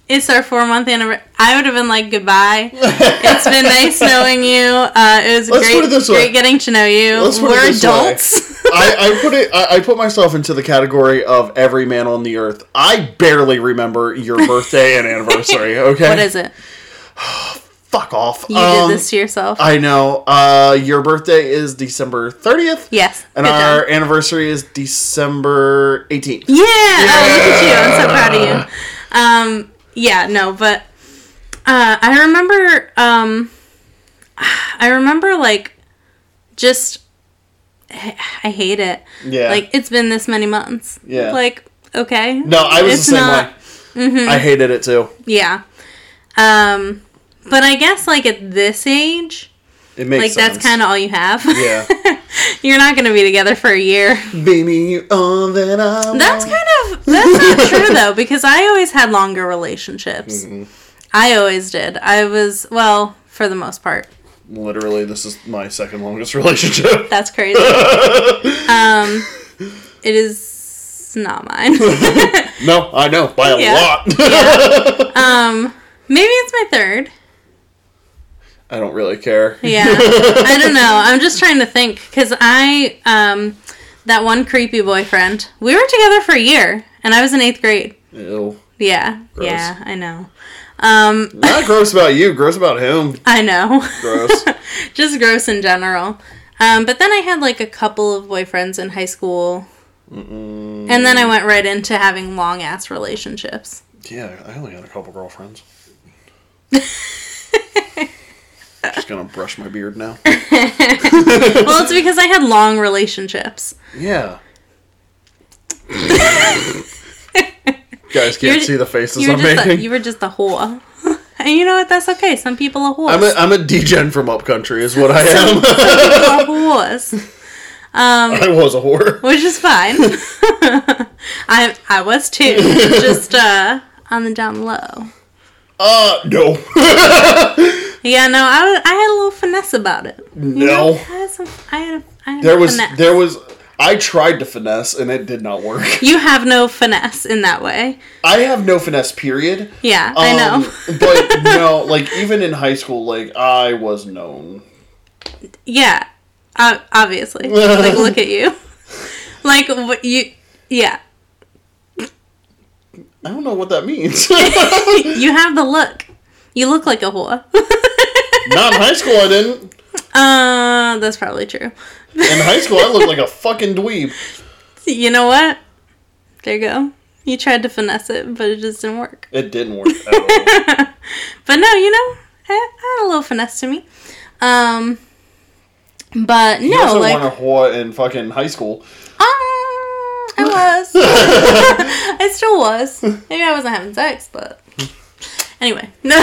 B: it's our four month anniversary i would have been like goodbye it's been nice knowing you uh, it was
A: Let's
B: great,
A: put it this
B: great
A: way.
B: getting to know you
A: Let's put it
B: we're
A: this way.
B: adults
A: I, I put it. I, I put myself into the category of every man on the earth. I barely remember your birthday and anniversary. Okay,
B: what is it
A: fuck off.
B: you
A: Um,
B: did this to yourself
A: I know. Uh, your birthday is December thirtieth,
B: yes
A: and
B: good
A: our
B: job.
A: anniversary is December eighteenth.
B: yeah oh look at you i'm so proud of you um, yeah no but uh, i remember um, i remember like just i hate it
A: Yeah.
B: Like it's been this many months.
A: Yeah.
B: Like okay.
A: no, I was
B: it's
A: the same
B: not- Mm-hmm.
A: way. I hated it too.
B: Yeah. Um, but I guess like at this age,
A: It makes
B: like
A: sense.
B: that's kind of all you have.
A: Yeah.
B: You're not gonna be together for a year.
A: Baby, you all that I
B: That's
A: want.
B: kind of that's not true though because I always had longer relationships. I always did. I was well for the most part.
A: Literally, this is my second longest relationship.
B: That's crazy. um, it is not mine.
A: no, I know by a
B: Yeah.
A: lot.
B: um, maybe it's my third.
A: I don't really care.
B: Yeah, I don't know. I'm just trying to think because I, um, that one creepy boyfriend, we were together for a year, and I was in eighth grade.
A: Ew.
B: Yeah,
A: Gross.
B: yeah, I know. Um,
A: Not gross about you. Gross about him.
B: I know.
A: Gross.
B: just gross in general. Um, but then I had like a couple of boyfriends in high school, and then I went right into having long ass relationships.
A: yeah, I only had a couple girlfriends. Just gonna brush my beard now.
B: well, it's because I had long relationships.
A: Yeah. Guys can't
B: You're-
A: see the faces
B: You were
A: I'm
B: just a,
A: making.
B: you were just a whore. And you know what? That's okay. Some people are whores.
A: I'm a, I'm a degen from upcountry, is what I am.
B: a horse,
A: I was a whore.
B: which is fine. I I was too, just uh, on the down low.
A: Uh, no.
B: Yeah, no, I, was, I had a little finesse about it. You know,
A: No.
B: I had some. I had. A, I had
A: There
B: a
A: was,
B: finesse.
A: there was, I tried to finesse and it did not work.
B: You have no finesse in that way.
A: I have no finesse, period.
B: Yeah, I know.
A: Um, but no, like even in high school, like I was known.
B: Yeah, uh, obviously. like, look at you. Like what you? Yeah,
A: I don't know what that means.
B: you have the look. You look like a whore.
A: Not in high school, I didn't.
B: Uh, that's probably true.
A: In high school, I looked like a fucking dweeb.
B: You know what? There you go. You tried to finesse it, but it just didn't work.
A: It didn't work at all.
B: But no, you know, I, I had a little finesse to me. Um, but
A: You
B: no,
A: also
B: like,
A: won a whore in fucking high school.
B: um, I was. I still was. Maybe I wasn't having sex, but anyway, no.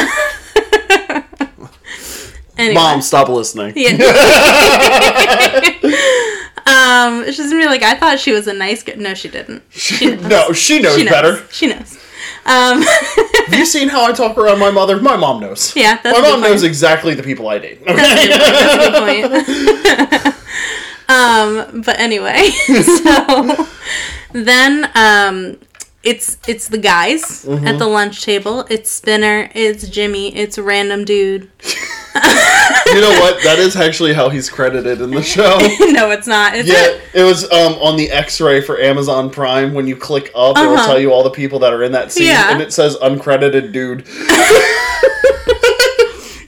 B: anyway.
A: Mom, stop listening.
B: Yeah. um, she's gonna be like, I thought she was a nice girl. No, she didn't.
A: no, she knows,
B: She knows.
A: better.
B: She knows. Um,
A: Have you seen how I talk around my mother? My mom knows.
B: yeah, that's
A: my
B: a good
A: mom
B: point.
A: knows exactly the people I date. Okay.
B: That's a good point. um, but anyway, so then um, it's it's the guys
A: Mm-hmm.
B: at the lunch table. It's Spinner. It's Jimmy. It's random dude.
A: you know what? That is actually how he's credited in the show.
B: no, it's not. Is
A: Yeah,
B: it?
A: it was um, on the X-ray for Amazon Prime. When you click up, it'll
B: Uh-huh.
A: tell you all the people that are in that scene,
B: Yeah.
A: and it says uncredited dude.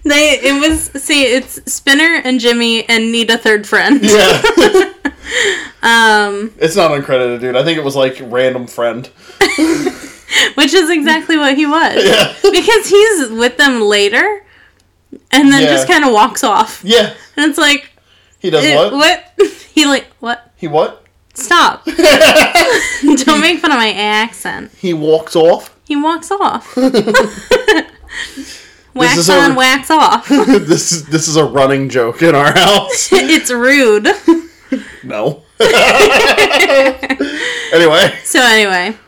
B: They it was see it's Spinner and Jimmy and need a third friend.
A: Yeah,
B: Um,
A: it's not uncredited dude. I think it was like random friend.
B: which is exactly what he was.
A: Yeah,
B: Because he's with them later and then
A: Yeah.
B: just kind of walks off.
A: yeah.
B: And it's like,
A: He does
B: eh,
A: what?
B: what? He like, what?
A: He what?
B: Stop. Don't make fun of my accent.
A: He walked off.
B: He walks off.
A: is
B: wax
A: a-
B: on, wax off.
A: this is this is a running joke in our house.
B: it's rude.
A: No. anyway.
B: So anyway,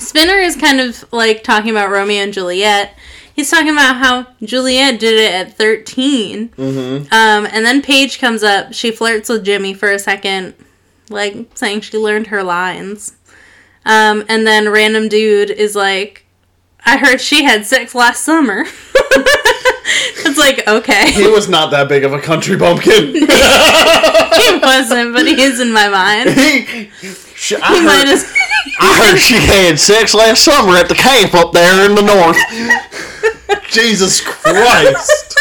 B: Spinner is kind of like talking about Romeo and Juliet. He's talking about how Juliet did it at 13. Mm-hmm. Um, and then Paige comes up. She flirts with Jimmy for a second, like saying she learned her lines. Um, and then random dude is like, I heard she had sex last summer. it's like, okay.
A: He was not that big of a country bumpkin.
B: he wasn't, but he is in my mind.
A: She- I,
B: He might
A: heard,
B: as-
A: I heard she had sex last summer at the camp up there in the north. Jesus Christ.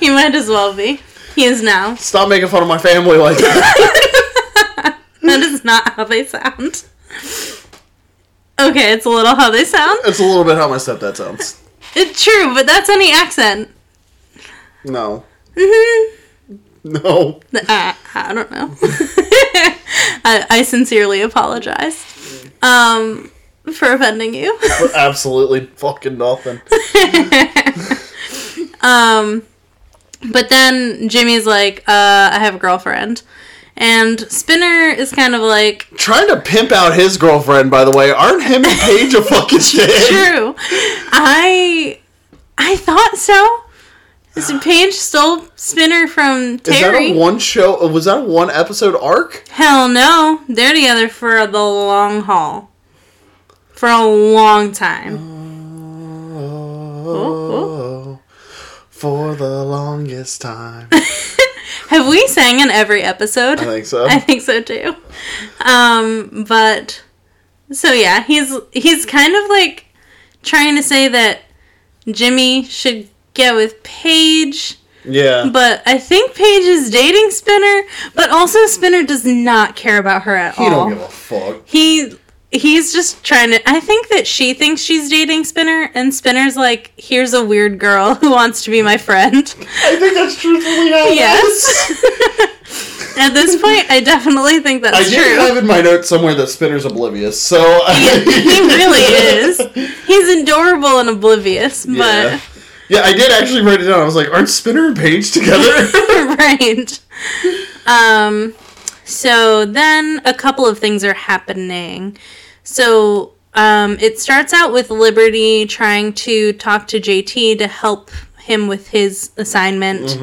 B: he might as well be. He is now.
A: Stop making fun of my family like that.
B: That is not how they sound. Okay, it's a little how they sound.
A: That's a little bit how my stepdad sounds.
B: It's true, but that's any accent.
A: No.
B: Mhm.
A: No.
B: I, uh, I don't know. I, I sincerely apologize um, for offending you.
A: For absolutely fucking nothing.
B: Um, but then Jimmy's like, uh, I have a girlfriend. And Spinner is kind of like,
A: Trying to pimp out his girlfriend, by the way. Aren't him and Paige a fucking shit?
B: true. I I thought so. So Paige stole Spinner from
A: Ah. Is that
B: Terry.
A: a one show? Was that a one episode arc?
B: Hell no. They're together for the long haul. For a long
A: Mm.
B: time.
A: Oh, for the longest time.
B: Have we sang in every episode?
A: I think so.
B: I think so too. Um, but so yeah, he's he's kind of like trying to say that Jimmy should get with Paige,
A: Yeah.
B: but I think Paige is dating Spinner, but also Spinner does not care about her at
A: He
B: all.
A: don't give a fuck.
B: he he's just trying to i think that she thinks she's dating spinner and spinner's like here's a weird girl who wants to be my friend
A: I think that's truthfully how it is.
B: yes at this point i definitely think
A: I
B: that's
A: did
B: true
A: have in my notes somewhere that Spinner's oblivious, so
B: yeah, he really is he's adorable and oblivious
A: Yeah.
B: but
A: Yeah, I did actually write it down. I was like, aren't Spinner and Paige together?
B: right um so then a couple of things are happening so um it starts out with liberty trying to talk to jt to help him with his assignment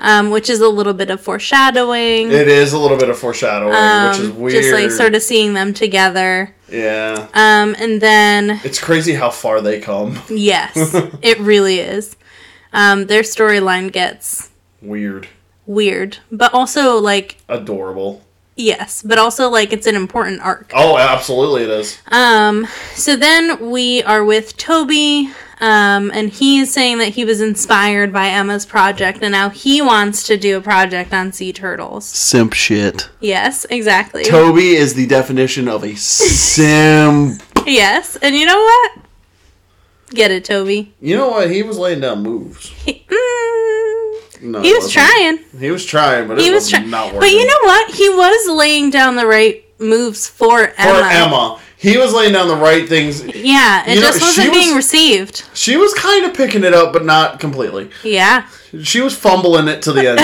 B: um which is a little bit of foreshadowing
A: Mm-hmm. it is a little bit of foreshadowing,
B: um,
A: which is weird.
B: just like sort of seeing them together
A: Yeah.
B: um and then
A: It's crazy how far they come.
B: yes it really is um their storyline gets
A: Weird.
B: weird but also like
A: Adorable.
B: yes but also like it's an important arc
A: Oh, absolutely it is.
B: Um, so then we are with Toby, um, and he is saying that he was inspired by Emma's project, and now he wants to do a project on sea turtles.
A: Simp shit.
B: Yes, exactly.
A: Toby is the definition of a simp.
B: yes, and you know what? Get it, Toby.
A: You know what? He was laying down moves.
B: He, mm,
A: No,
B: he
A: it
B: was
A: wasn't.
B: trying.
A: He was trying, but it
B: He was
A: was,
B: trying.
A: not working.
B: But you know what? He was laying down the right moves for Emma.
A: Poor Emma. He was laying down the right things.
B: Yeah, it
A: You know,
B: just wasn't
A: she
B: being
A: was-
B: received.
A: She was kind of picking it up, but not completely.
B: Yeah.
A: She was fumbling it to the end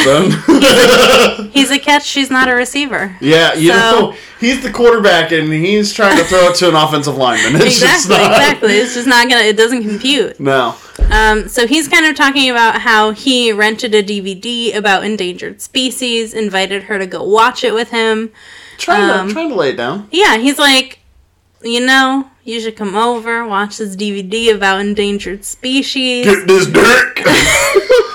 A: zone.
B: He's a catch, she's not a receiver.
A: yeah, you
B: So-
A: know, he's the quarterback, and he's trying to throw it to an offensive lineman. It's just
B: exactly,
A: not.
B: exactly. It's just not gonna it doesn't compute.
A: No.
B: Um, so he's kind of talking about how he rented a DVD about endangered species, invited her to go watch it with him.
A: Trying,
B: Um,
A: to, trying to lay it down.
B: Yeah, he's like, you know, you should come over, watch this DVD about endangered species.
A: Get this dirt.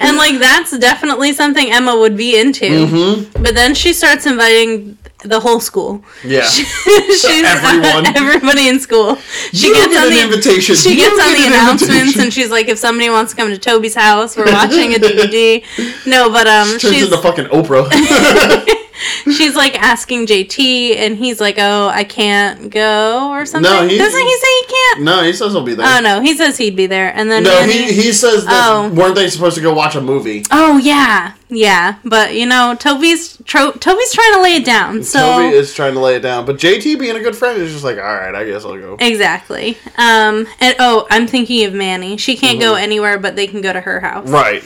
B: and like that's definitely something Emma would be into.
A: Mm-hmm.
B: But then she starts inviting the whole school.
A: yeah.
B: She's
A: Everyone.
B: everybody in school. She
A: You
B: gets
A: get
B: on
A: an
B: the
A: invitation.
B: She
A: You
B: gets on
A: get
B: the
A: an
B: announcements
A: invitation.
B: and she's like, if somebody wants to come to Toby's house, we're watching a DVD. No, but um,
A: Turns
B: she's
A: into fucking Oprah.
B: she's like asking JT, and he's like, oh, I can't go or something.
A: No, he-
B: doesn't he say he can't?
A: no, he says he'll be there.
B: Oh no, he says he'd be there, and then
A: no,
B: Manny-
A: he, he says that
B: Oh.
A: weren't they supposed to go watch a movie?
B: Oh yeah, yeah, but you know, Toby's tro- Toby's trying to lay it down. So
A: Toby is trying to lay it down, but JT being a good friend is just like, all right, I guess I'll go.
B: exactly. Um, and oh, I'm thinking of Manny. She can't go
A: Mm-hmm.
B: anywhere, but they can go to her house.
A: Right.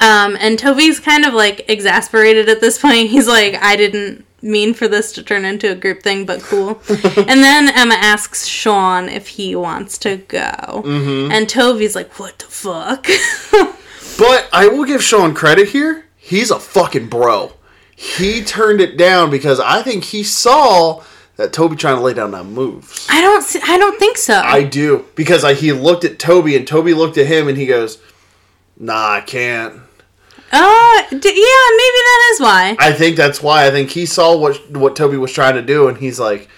B: Um, and Toby's kind of like exasperated at this point. He's like, I didn't mean for this to turn into a group thing, but cool. and then Emma asks Sean if he wants to go,
A: Mm-hmm.
B: and Toby's like, what the fuck.
A: But I will give Sean credit here. He's a fucking bro. He turned it down because I think he saw that Toby trying to lay down that moves.
B: I don't. See, I don't think so.
A: I do because I, he looked at Toby and Toby looked at him and he goes, "Nah, I can't."
B: Oh, d- yeah, maybe that is why.
A: I think that's why. I think he saw what what Toby was trying to do and he's like,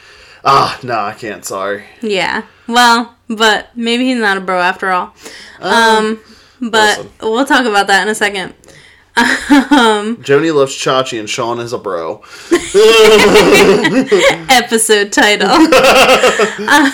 A: "Ah, no, I can't. Sorry."
B: Yeah. Well, but maybe he's not a bro after all. Um, but
A: listen.
B: we'll talk about that in a second.
A: Joni loves Chachi and Sean is a bro.
B: Episode title. um,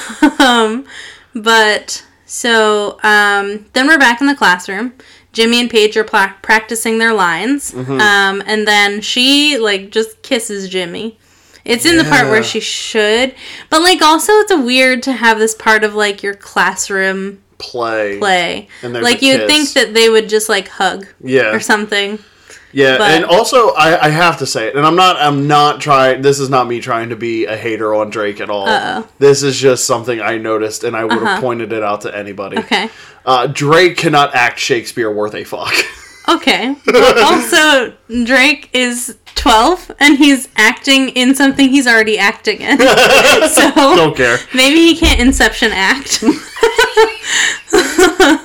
B: but so um, then we're back in the classroom. Jimmy and Paige are pla- practicing their lines,
A: Mm-hmm.
B: um, and then she like just kisses Jimmy. It's in the part where
A: Yeah.
B: she should, but like also it's a weird to have this part of like your classroom
A: Play.
B: play.
A: And there's
B: like
A: a
B: you'd
A: kiss.
B: think that they would just like hug
A: Yeah.
B: or something.
A: Yeah,
B: But-
A: and also I, I have to say it, and I'm not I'm not trying. This is not me trying to be a hater on Drake at all. This is just something I noticed, and I would have pointed it out to anybody.
B: Uh-huh. Okay.
A: Uh, Drake cannot act Shakespeare worth a fuck.
B: Okay. Well, also, Drake is 12 and he's acting in something he's already acting in. so
A: Don't care.
B: maybe he can't inception act.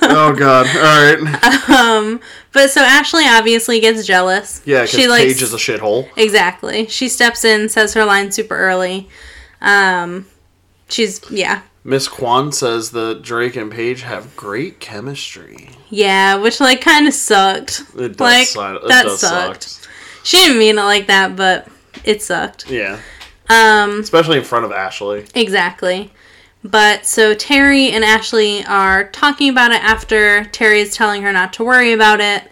A: oh God. All right.
B: but so Ashley obviously gets jealous.
A: Yeah, because
B: she
A: Paige
B: likes
A: is a shithole.
B: Exactly. She steps in, says her line super early. Um she's yeah.
A: Miss Kwan says that Drake and Paige have great chemistry.
B: Yeah, which like kind of sucked.
A: It does. si- it
B: that
A: does
B: sucked.
A: suck.
B: She didn't mean it like that, but it sucked.
A: Yeah,
B: Um,
A: especially in front of Ashley.
B: exactly. But so Terry and Ashley are talking about it after Terry is telling her not to worry about it.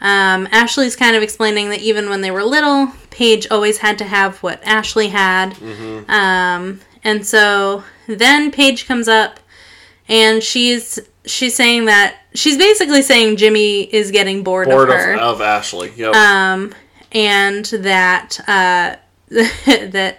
B: Um, Ashley's kind of explaining that even when they were little, Paige always had to have what Ashley had. Um, and so then Paige comes up and she's she's saying that she's basically saying Jimmy is getting bored,
A: Bored
B: of her
A: of, of Ashley. Yep.
B: um, and that uh, that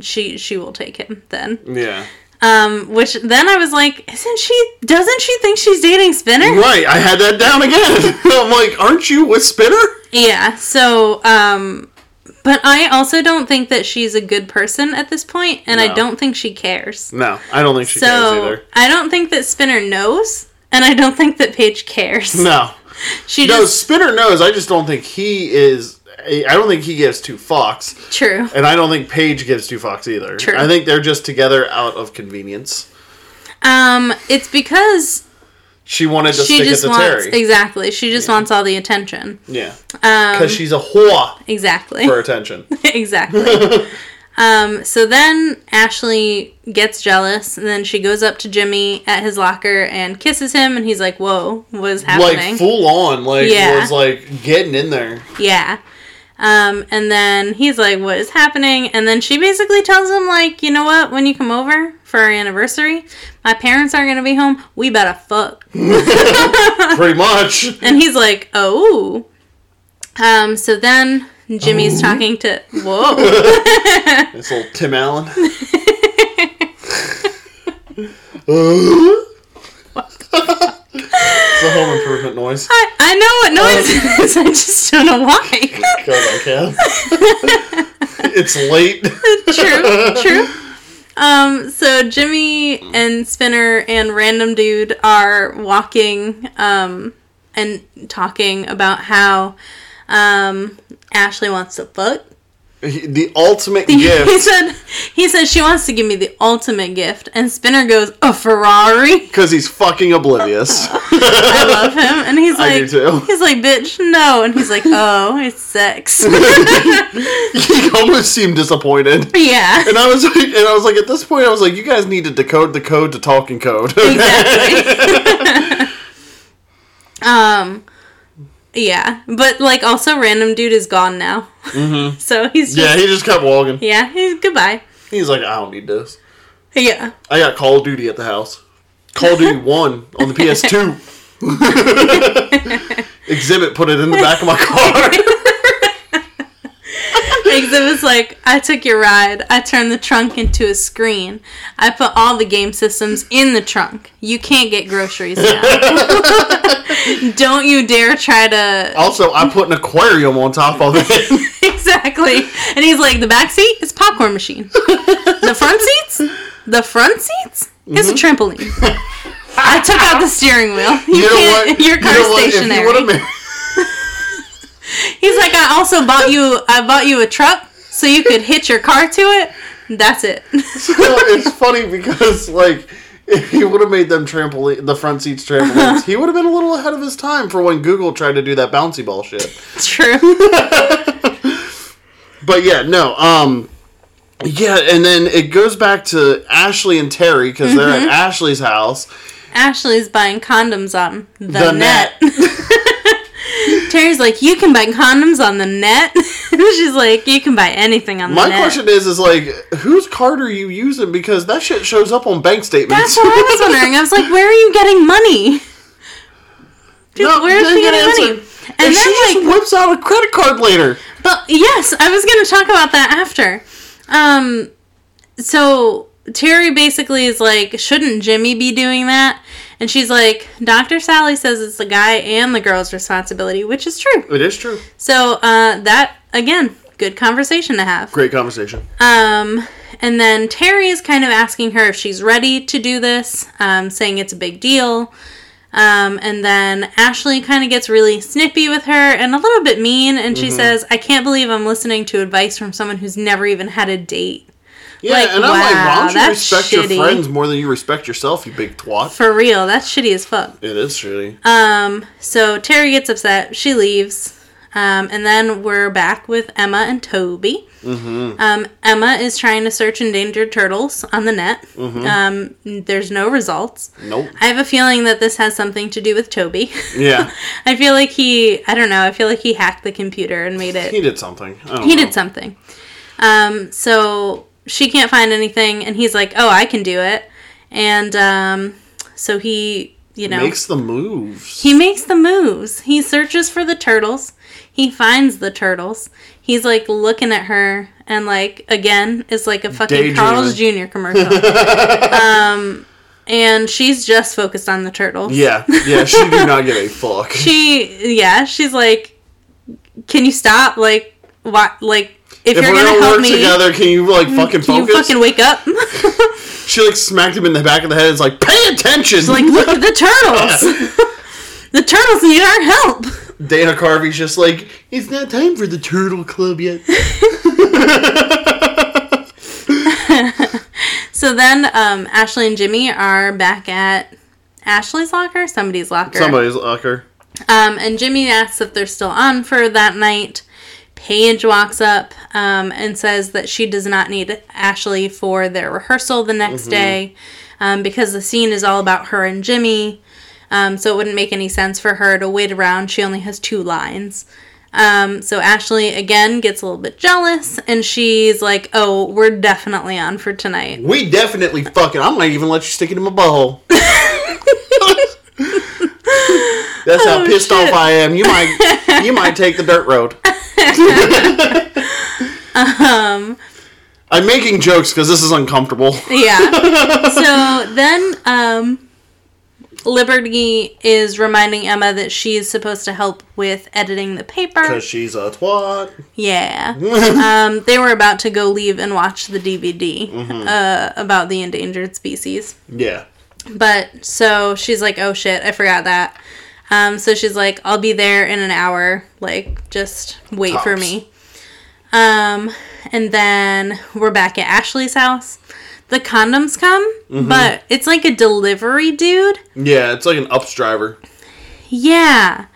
B: she she will take him then.
A: yeah.
B: Um, which then I was like, isn't she? Doesn't she think she's dating Spinner?
A: Right, I had that down again. I'm like, aren't you with Spinner?
B: Yeah. So, um, but I also don't think that she's a good person at this point, and I
A: No.
B: don't think she cares.
A: No, I don't think she cares
B: so
A: either.
B: I don't think that Spinner knows, and I don't think that Paige cares.
A: No,
B: She
A: no,
B: just
A: Spinner knows. I just don't think he is. I don't think he gives two fucks,
B: true.
A: and I don't think Paige gives two fucks either.
B: True.
A: I think they're just together out of convenience.
B: Um, it's because
A: She wanted to
B: she
A: stick it
B: just
A: to
B: wants
A: Terry.
B: exactly. She just wants all the attention.
A: yeah,
B: Um,
A: because she's a whore
B: exactly.
A: for attention.
B: exactly. Um, so then Ashley gets jealous, and then she goes up to Jimmy at his locker and kisses him, and he's like, "Whoa, what is happening?"
A: Like full on, like
B: Yeah.
A: was like getting in there.
B: yeah. Um, and then he's like, "What is happening?" And then she basically tells him, "Like, you know what? When you come over for our anniversary, my parents aren't gonna be home. We better fuck."
A: Pretty much.
B: And he's like, "Oh." Um, so then Jimmy's
A: Oh.
B: talking to whoa.
A: It's little Tim Allen. it's a home improvement noise.
B: I, I know what noise it is. I just don't know why.
A: Oh. God, I can. it's late.
B: true, true. Um, so Jimmy and Spinner and random dude are walking um, and talking about how um, Ashley wants to fuck.
A: The ultimate
B: He
A: gift.
B: said he said she wants to give me the ultimate gift, and Spinner goes a Ferrari.
A: Because he's fucking oblivious.
B: I love him, and he's like
A: I do too.
B: he's like bitch no, and he's like oh it's sex
A: he almost seemed disappointed.
B: yeah
A: And I was like, and I was like, at this point, I was like, you guys need to decode the code to talking code.
B: exactly. um, yeah, but like also, random dude is gone now, so he's
A: Mm-hmm. yeah,
B: just,
A: he just kept walking.
B: yeah, he's goodbye.
A: He's like, I don't need this.
B: Yeah,
A: I got Call of Duty at the house. Call of Duty 1 on the PS2. Exhibit put it in the back of my car.
B: Exhibit's like, I took your ride. I turned the trunk into a screen. I put all the game systems in the trunk. You can't get groceries now. Don't you dare try to
A: also, I put an aquarium on top of it.
B: exactly. And he's like, the back seat is popcorn machine. the front seats, the front seats is a trampoline. I took out the steering wheel. You,
A: Mm-hmm. You know what?
B: can't. Your
A: You
B: car's
A: know what? If you
B: stationary.
A: would've mar-
B: he's like, I also bought you. I bought you a truck so you could hitch your car to it. That's it.
A: Well, it's funny because, like, if he would have made them trampoline, the front seats trampolines, he would have been a little ahead of his time for when Google tried to do that bouncy ball shit.
B: True.
A: But yeah, no. Um, yeah, and then it goes back to Ashley and Terry because they're
B: Mm-hmm.
A: at Ashley's house.
B: Ashley's buying condoms on the,
A: The
B: net.
A: net.
B: Terry's like, you can buy condoms on the net. She's like, you can buy anything on
A: My
B: the net.
A: question is, is like, whose card are you using? Because that shit shows up on bank statements.
B: That's what I was wondering. I was like, where are you getting money?
A: No,
B: Where's
A: didn't
B: she
A: get
B: getting
A: answered.
B: money?
A: And,
B: And
A: she
B: then
A: just
B: like,
A: whips out a credit card later.
B: but yes, I was gonna talk about that after. Um, so Terry basically is like, shouldn't Jimmy be doing that? And she's like, Dr. Sally says it's the guy and the girl's responsibility, which is true.
A: It is true.
B: So uh, that again, good conversation to have.
A: Great conversation.
B: Um, and then Terry is kind of asking her if she's ready to do this, um, saying it's a big deal. Um, and then Ashley kind of gets really snippy with her and a little bit mean, and she says, I can't believe I'm listening to advice from someone who's never even had a date.
A: Yeah,
B: Like,
A: and I'm like, why
B: wow,
A: don't you
B: that's
A: respect
B: shitty.
A: your friends more than you respect yourself, you big twat?
B: For real, that's shitty as fuck.
A: It is shitty.
B: Um, so Terry gets upset, she leaves. Um, and then we're back with Emma and Toby. Mm-hmm. Um, Emma is trying to search endangered turtles on the net. Um, there's no results.
A: nope.
B: I have a feeling that this has something to do with Toby.
A: Yeah,
B: I feel like he, I don't know, I feel like he hacked the computer and made
A: he
B: it.
A: did something. I don't
B: He
A: know.
B: did something. Um, so she can't find anything, and he's like, oh, I can do it. And um, so he, you know,
A: Makes the moves.
B: he makes the moves. He searches for the turtles, he finds the turtles. He's like looking at her, and like, again, it's like a fucking
A: Daydreaming.
B: Carl's Jr. commercial. um, and she's just focused on the turtles.
A: yeah, yeah, she did not give a fuck.
B: she yeah she's like can you stop like what like
A: if
B: if, you're
A: we're
B: gonna
A: gonna
B: help
A: work
B: me
A: together, can you like fucking
B: can you
A: focus?
B: fucking wake up
A: She like smacked him in the back of the head. It's like, pay attention.
B: like look at the turtles the turtles need our help
A: Dana Carvey's just like, it's not time for the Turtle Club yet.
B: so then um ashley and jimmy are back at ashley's locker somebody's locker
A: Somebody's locker.
B: um and jimmy asks if they're still on for that night Paige walks up um, and says that she does not need Ashley for their rehearsal the next day um, because the scene is all about her and Jimmy. Um, so it wouldn't make any sense for her to wait around. She only has two lines. Um, so Ashley again gets a little bit jealous and she's like, oh, we're definitely on for tonight.
A: We definitely fucking. I might even let you stick it in my butthole. That's how
B: Oh,
A: pissed
B: shit.
A: off I am. You might, you might take the dirt road. I'm making jokes because this is uncomfortable.
B: Um, Yeah. so then um, Liberty is reminding Emma that she is supposed to help with editing the paper.
A: Because she's a twat.
B: Yeah. um, they were about to go leave and watch the DVD uh, about the endangered species.
A: Yeah.
B: But so she's like, oh shit, I forgot that. Um, so she's like, I'll be there in an hour. Like, just wait for
A: Tops.
B: me. Um, and then we're back at Ashley's house. The condoms come,
A: Mm-hmm.
B: but it's like a delivery dude.
A: Yeah, it's like an ups driver.
B: Yeah.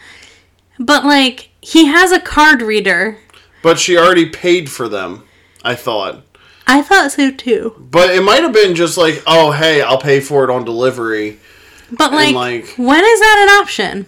B: But like, he has a card reader.
A: But she already paid for them, I thought.
B: I thought so too.
A: But it might have been just like, oh, hey, I'll pay for it on delivery.
B: But like,
A: like-
B: when is that an option?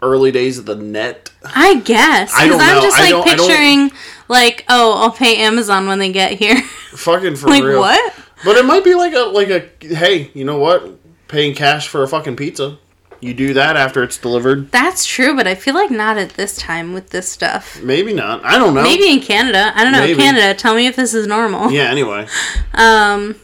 A: Early days of the net.
B: I guess.
A: I
B: Because
A: don't
B: I'm
A: know.
B: just
A: I
B: like
A: don't- I don't-
B: picturing, like, oh, I'll pay Amazon when they get here.
A: Fucking for
B: like,
A: real.
B: what?
A: But it might be like a like a hey, you know what? Paying cash for a fucking pizza. You do that after it's delivered.
B: That's true, but I feel like not at this time with this stuff.
A: Maybe not. I don't know.
B: Maybe in Canada. I don't know.
A: Maybe.
B: Canada, tell me if this is normal.
A: Yeah. Anyway.
B: Um,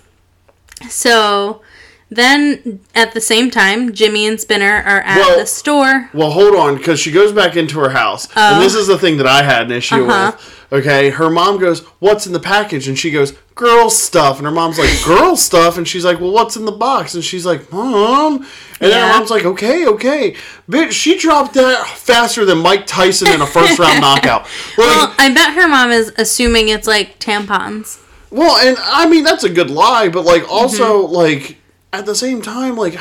B: so then at the same time, Jimmy and Spinner are at
A: Well-
B: the store.
A: Well, hold on, because she goes back into her house, and this is the thing that I had an issue
B: Oh. Uh-huh.
A: with. Okay, her mom goes, "What's in the package?" and she goes, "Girl stuff," and her mom's like, "Girl stuff," and she's like, "Well, what's in the box?" and she's like, "Mom," and then her
B: Yeah.
A: mom's like, "Okay, okay, bitch." She dropped that faster than Mike Tyson in a first round knockout. Like,
B: Well, I bet her mom is assuming it's like tampons.
A: Well, and I mean that's a good lie, but like also
B: Mm-hmm.
A: like at the same time, like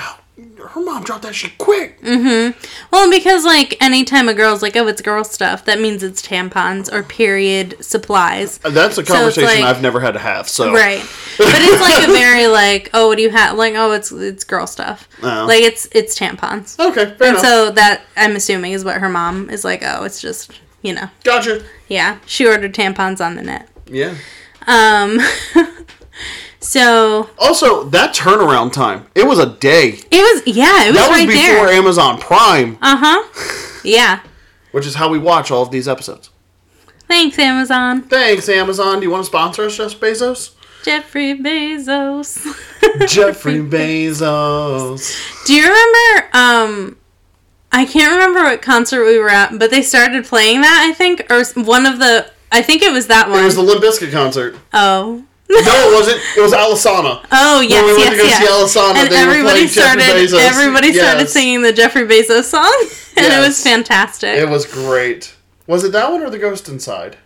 A: her mom dropped that shit quick.
B: Mm. Well, because like anytime a girl's like, oh, it's girl stuff, that means it's tampons or period supplies.
A: That's a
B: it's
A: conversation
B: like-
A: I've never had to have. So
B: Right. But it's like a very like, oh, what do you have? Like, oh, it's it's girl stuff.
A: Oh.
B: Like it's it's tampons.
A: okay, fair
B: And
A: enough.
B: so that I'm assuming is what her mom is like, oh, it's just, you know.
A: gotcha.
B: Yeah, she ordered tampons on the net.
A: Yeah.
B: Um So,
A: Also, that turnaround time it was a day.
B: it was yeah, it was
A: That was
B: right
A: before
B: there.
A: Amazon Prime,
B: Uh-huh. Yeah.
A: which is how we watch all of these episodes.
B: Thanks Amazon.
A: Thanks, Amazon. Do you want to sponsor us, Jeff Bezos?
B: Jeffrey Bezos.
A: Jeffrey Bezos.
B: Do you remember um I can't remember what concert we were at, but they started playing that, I think, or s- one of the I think it was that one.
A: It was the Limp Bizkit concert.
B: oh.
A: No, it wasn't. It was Alisana.
B: Oh yes,
A: we went
B: yes,
A: to go see
B: yes.
A: Alessandra,
B: and
A: they were
B: everybody
A: playing Jeffrey
B: started.
A: Bezos.
B: Everybody started
A: Yes.
B: singing the Jeffrey Bezos song, and it was
A: Yes.
B: fantastic. It
A: It
B: was,
A: was great. Was it that one or the Ghost Inside?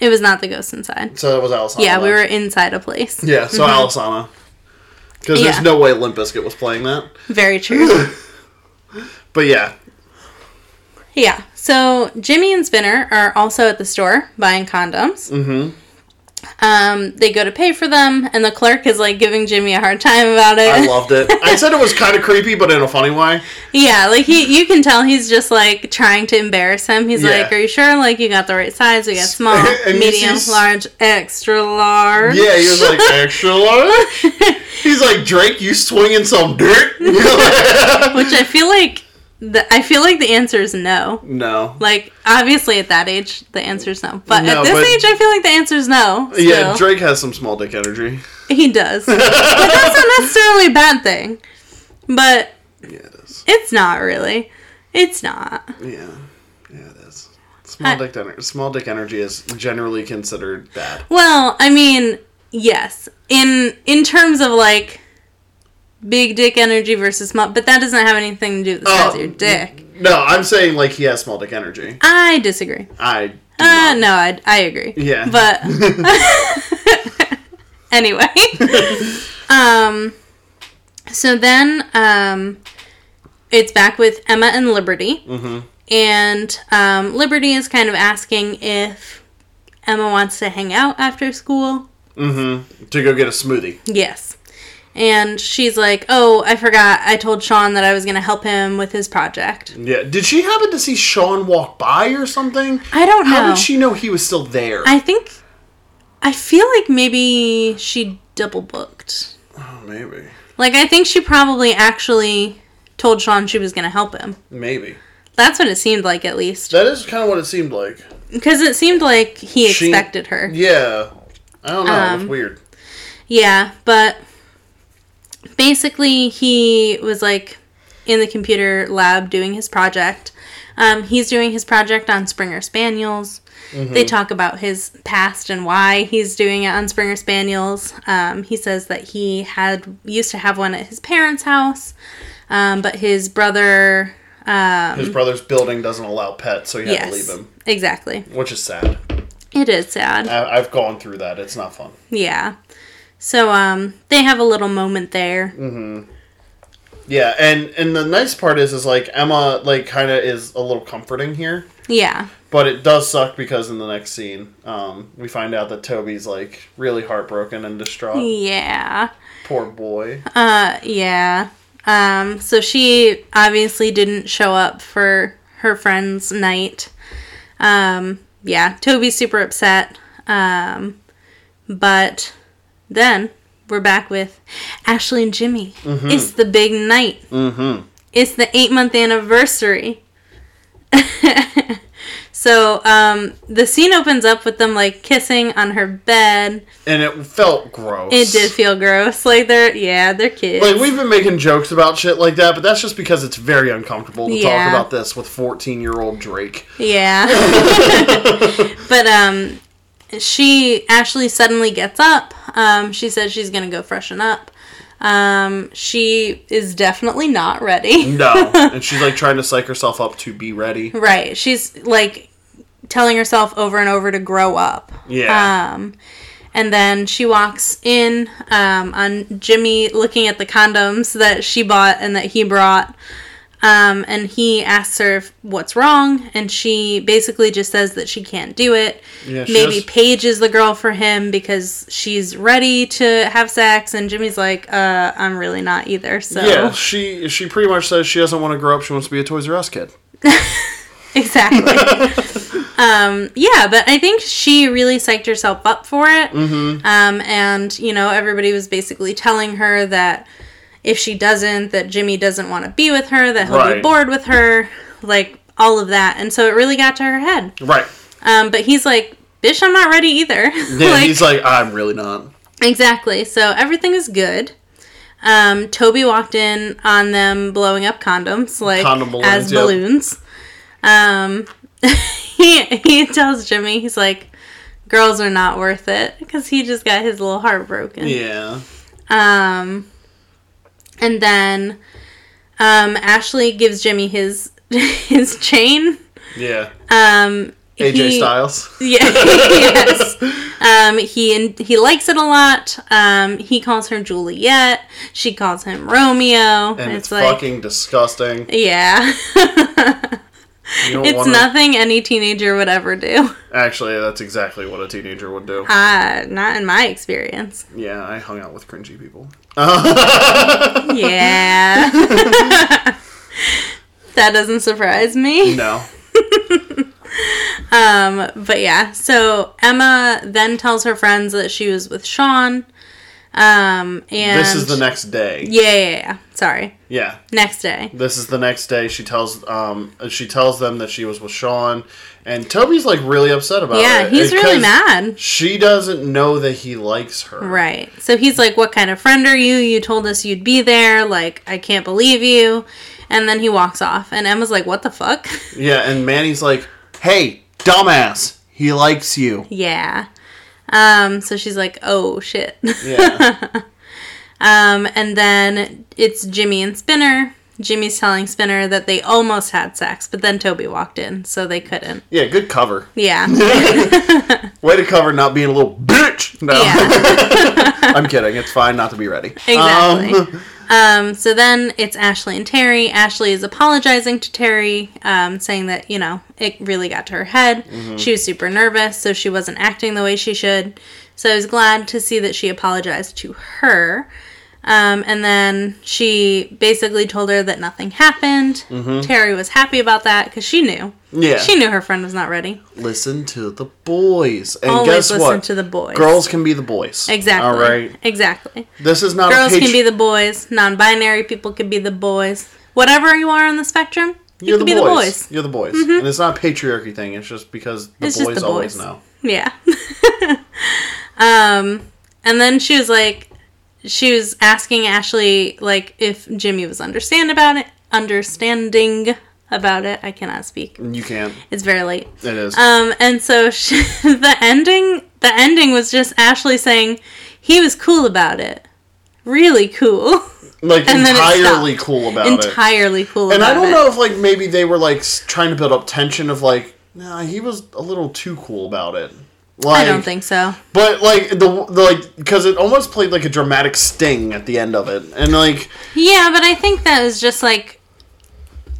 B: not the ghost inside.
A: So it was Alisana.
B: Yeah, we
A: though.
B: were inside a place.
A: Yeah, so Alisana. Because
B: Yeah.
A: there's no way Limp Bizkit was playing that.
B: Very true.
A: But yeah,
B: yeah. So Jimmy and Spinner are also at the store buying condoms. Mm-hmm. Um, they go to pay for them, and the clerk is like giving Jimmy a hard time about it.
A: I loved it. I said it was kind of creepy, but in a funny way.
B: Yeah, like he, you can tell he's just like trying to embarrass him. He's
A: Yeah.
B: like, "Are you sure? Like you got the right size? We got small,
A: And you
B: medium,
A: see s-
B: large, extra large."
A: Yeah, he was like, extra large. He's like, Drake, you swinging some dirt?
B: Which I feel like the I feel like the answer is no.
A: no.
B: Like obviously at that age the answer is no, but
A: No,
B: at this
A: but-
B: age I feel like the answer is no.
A: Yeah,
B: still.
A: Drake has some small dick energy.
B: he does, but that's not necessarily a bad thing. But
A: Yeah, it is.
B: it's not really. It's not.
A: Yeah, yeah, it is. Small dick energy. Small dick energy is generally considered bad.
B: Well, I mean, yes. In in terms of like big dick energy versus small, but that doesn't have anything to do with the size
A: Oh.
B: of your dick.
A: No, I'm saying like he has small dick energy.
B: I disagree.
A: I. do
B: Uh,
A: not-
B: no, I, I agree.
A: Yeah.
B: But anyway, um, so then um, it's back with Emma and Liberty, mm-hmm. and um, Liberty is kind of asking if Emma wants to hang out after school.
A: Mm-hmm. To go get a smoothie.
B: Yes. And she's like, "Oh, I forgot. I told Sean that I was going to help him with his project."
A: Yeah. Did she happen to see Sean walk by or something?
B: I don't know.
A: How did she know he was still there?
B: I think I feel like maybe she double booked.
A: oh, maybe.
B: Like I think she probably actually told Sean she was going to help him.
A: Maybe.
B: That's what it seemed like at least.
A: That is kind of what it seemed like.
B: Because it seemed like he
A: She-
B: expected her.
A: Yeah. I don't know.
B: Um,
A: it's weird.
B: Yeah, but basically, he was like in the computer lab doing his project. Um, he's doing his project on Springer Spaniels.
A: Mm-hmm.
B: They talk about his past and why he's doing it on Springer Spaniels. Um, he says that he had used to have one at his parents' house, um, but his brother. Um,
A: His brother's building doesn't allow pets, so he had
B: yes,
A: to leave him, Uh,
B: exactly.
A: which is sad.
B: It is sad.
A: I, I've gone through that. It's not fun.
B: Yeah. So um, they have a little moment there.
A: Mm. Yeah, and and the nice part is is like Emma like kind of is a little comforting here,
B: Yeah.
A: but it does suck because in the next scene, um, we find out that Toby's like really heartbroken and distraught.
B: Yeah.
A: Poor boy.
B: Uh, yeah. Um, so she obviously didn't show up for her friend's night. Um, yeah, Toby's super upset. Um, but then we're back with Ashley and Jimmy. It's the big night. Uh-huh.
A: Mm-hmm.
B: It's the eight month anniversary. so um, the scene opens up with them like kissing on her bed.
A: And it felt gross.
B: It did feel gross. Like they're yeah, they're kids.
A: Like we've been making jokes about shit like that, but that's just because it's very uncomfortable to
B: Yeah.
A: talk about this with fourteen-year-old Drake.
B: Yeah. but um she Ashley suddenly gets up. Um she says she's going to go freshen up. Um she is definitely not ready.
A: No, and she's like trying to psych herself up to be ready.
B: right. She's like telling herself over and over to grow up.
A: Yeah,
B: Um and then she walks in um, on Jimmy looking at the condoms that she bought and that he brought. Um, and he asks her if- what's wrong, and she basically just says that she can't do it.
A: yeah. She
B: maybe
A: has-
B: Paige is the girl for him because she's ready to have sex, and Jimmy's like, uh, I'm really not either. So
A: Yeah, she she pretty much says she doesn't want to grow up. She wants to be a Toys R Us kid.
B: exactly. um, yeah, but I think she really psyched herself up for it. Mm-hmm. Um, and you know, everybody was basically telling her that if she doesn't, that Jimmy doesn't want to be with her, that he'll be
A: Right.
B: bored with her, like all of that. And so it really got to her head.
A: Right.
B: Um, but he's like, "Bitch, I'm not ready either."
A: Yeah, he's like, I'm really not.
B: Exactly. So everything is good. Um, Toby walked in on them blowing up condoms, like
A: Condom balloons,
B: as
A: yep.
B: balloons. Um, he he tells Jimmy, he's like, "Girls are not worth it," because he just got his little heart broken.
A: Yeah.
B: Um, and then um, Ashley gives Jimmy his his chain.
A: Yeah.
B: Um,
A: AJ
B: he-
A: Styles.
B: yeah, yes. Um, he he likes it a lot. Um, he calls her Juliet. She calls him Romeo.
A: And it's, fucking disgusting.
B: yeah,
A: You don't
B: it's
A: want to.
B: nothing any teenager would ever do.
A: Actually, that's exactly what a teenager would do.
B: Uh, not in my experience.
A: Yeah, I hung out with cringy people.
B: Yeah, that doesn't surprise me.
A: No.
B: Um, but yeah, so Emma then tells her friends that she was with Sean. Um, and
A: This is the next day.
B: yeah, yeah, yeah. Sorry,
A: Yeah.
B: next day.
A: This is the next day. She tells um she tells them that she was with Sean, and Toby's like really upset about it.
B: Yeah, he's really
A: because
B: mad.
A: She doesn't know that he likes her.
B: Right. So he's like, What kind of friend are you? You told us you'd be there. Like, I can't believe you. And then he walks off. And Emma's like, What the fuck?
A: Yeah, and Manny's like, "Hey, dumbass, he likes you."
B: yeah. Um, so she's like, Oh shit.
A: Yeah.
B: um, and then it's Jimmy and Spinner. Jimmy's telling Spinner that they almost had sex, but then Toby walked in, so they couldn't.
A: yeah, good cover.
B: Yeah.
A: Way to cover not being a little bitch. No,
B: Yeah.
A: I'm kidding. It's fine not to be ready.
B: Exactly.
A: Um,
B: Um, so then it's Ashley and Terry. Ashley is apologizing to Terry, um, saying that, you know, it really got to her head.
A: Mm-hmm.
B: She was super nervous, so she wasn't acting the way she should. So I was glad to see that she apologized to her. Um, and then she basically told her that nothing happened. Terry was happy about that because she knew.
A: Mm-hmm. Yeah.
B: She knew her friend was not ready.
A: listen to the boys. And
B: Always
A: guess
B: listen
A: what?
B: to the boys.
A: Girls can be the boys.
B: Exactly.
A: All right.
B: Exactly.
A: This is not
B: Girls
A: a
B: can
A: patri-
B: be the boys. Non-binary people can be the boys. Whatever you are on the spectrum, you
A: You're
B: can
A: the
B: be
A: boys.
B: the boys. Mm-hmm.
A: You're the boys. And it's not a patriarchy thing. It's just because the
B: It's
A: boys
B: just the
A: always
B: boys.
A: know.
B: Yeah. um, and then she was like, she was asking Ashley like if Jimmy was understand about it, understanding about it. I cannot speak.
A: You can't.
B: It's very late.
A: It is.
B: Um, and so she, the ending, the ending was just Ashley saying he was cool about it, really cool,
A: like
B: and then it
A: entirely
B: stopped.
A: cool about it.
B: entirely cool.
A: And I
B: about
A: don't
B: it.
A: know if like maybe they were like s- trying to build up tension of like, nah, he was a little too cool about it. Like,
B: I don't think so.
A: But like the, the like because it almost played like a dramatic sting at the end of it, and like
B: Yeah, but I think that was just like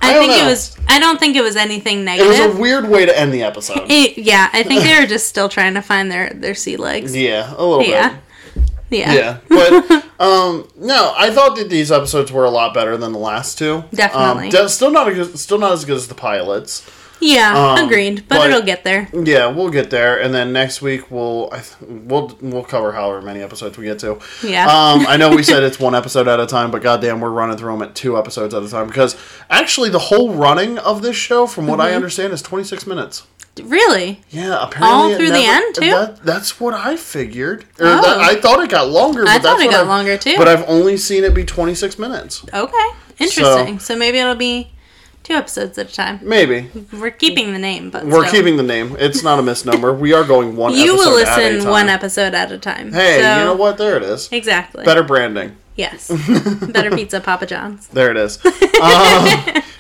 A: I
B: I,
A: don't
B: think it
A: know.
B: was I don't think it was anything
A: it was a
B: negative.
A: weird way to end the episode.
B: It- yeah, I think they were just still trying to find their their sea legs. Yeah.
A: yeah, a little bit.
B: Yeah.
A: yeah but um no i thought that these episodes were a lot better than the last two
B: Definitely.
A: um, de- still not a good, still not as good as the pilots
B: Yeah,
A: Um,
B: agreed, but,
A: but-
B: it'll get there.
A: yeah we'll get there and then next week we'll I th- we'll we'll cover however many episodes we get to
B: Yeah.
A: um i know we said it's one episode at a time but goddamn we're running through them at two episodes at a time because actually the whole running of this show from what
B: Mm-hmm.
A: i understand is 26 minutes
B: Really?
A: yeah, apparently it
B: through the end, too?
A: That, that's what I figured. Or
B: Oh.
A: that- I thought it got longer. But
B: I
A: that's
B: thought it
A: what
B: got
A: I've-
B: longer too.
A: But I've only seen it be 26 minutes.
B: okay. Interesting. So, maybe it'll be two episodes at a time.
A: Maybe.
B: We're keeping the name, but
A: We're
B: still.
A: keeping the name. It's not a misnomer. We are going one
B: You
A: episode
B: will
A: at a
B: listen
A: time.
B: one episode at a time.
A: Hey,
B: So-
A: you know what? There it is.
B: Exactly.
A: Better branding.
B: Yes. Better pizza Papa John's.
A: There it is. um,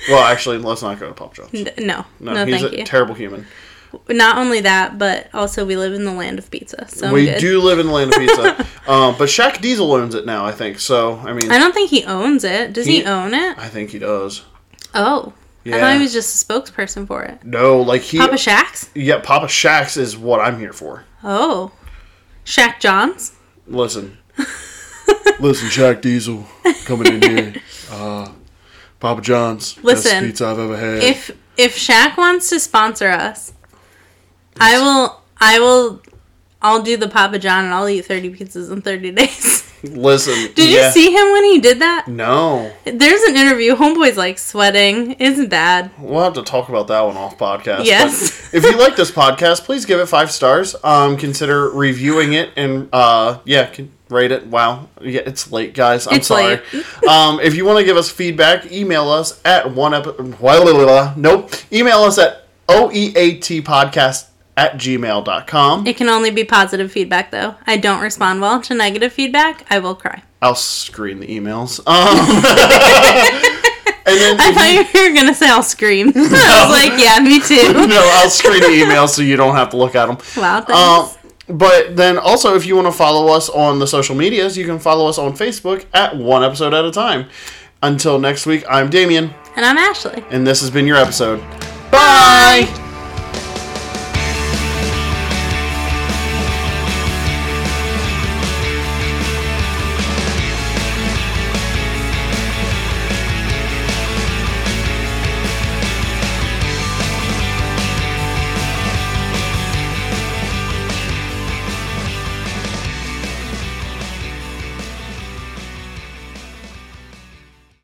A: well, actually, let's not go to Pop John's.
B: N- No.
A: No,
B: No,
A: he's
B: thank
A: a
B: you.
A: terrible human.
B: not only that, but also we live in the land of pizza. So I'm
A: we
B: good.
A: do live in the land of pizza. um, but Shaq Diesel owns it now, I think. So, I mean,
B: I don't think he owns it. Does he,
A: He-
B: own it?
A: I think he does.
B: Oh. I
A: Yeah.
B: thought he was just a spokesperson for it.
A: No, like he.
B: Papa Shacks?
A: Yeah, Papa Shaq's is what I'm here for.
B: Oh. Shack Johns?
A: Listen. Listen, Shaq Diesel coming in here. Uh, Papa John's.
B: Listen,
A: Best pizza I've ever had.
B: If if Shaq wants to sponsor us, I will I will I'll do the Papa John and I'll eat 30 pizzas in 30 days.
A: Listen.
B: Did
A: yeah.
B: you see him when he did that?
A: No.
B: There's an interview. Homeboy's like sweating. Isn't bad.
A: We'll have to talk about that one off podcast. but
B: Yes.
A: if you like this podcast, please give it five stars. Um, consider reviewing it and uh, yeah, can rate it. Wow. Yeah, it's late, guys. I'm
B: It's
A: sorry. um, if you want to give us feedback, email us at one episode. Nope. Email us at oeatpodcast at gmail.com.
B: It can only be positive feedback, though. I don't respond well to negative feedback. I will cry.
A: I'll screen the emails. Um, and then
B: I thought you were gonna say I'll scream. I was like, yeah, me too.
A: no, I'll screen the emails so you don't have to look at them.
B: Wow, thanks.
A: Um, but then also, if you want to follow us on the social medias, you can follow us on Facebook at one episode at a time. Until next week, I'm Damien,
B: and I'm Ashley.
A: and this has been your episode. Bye.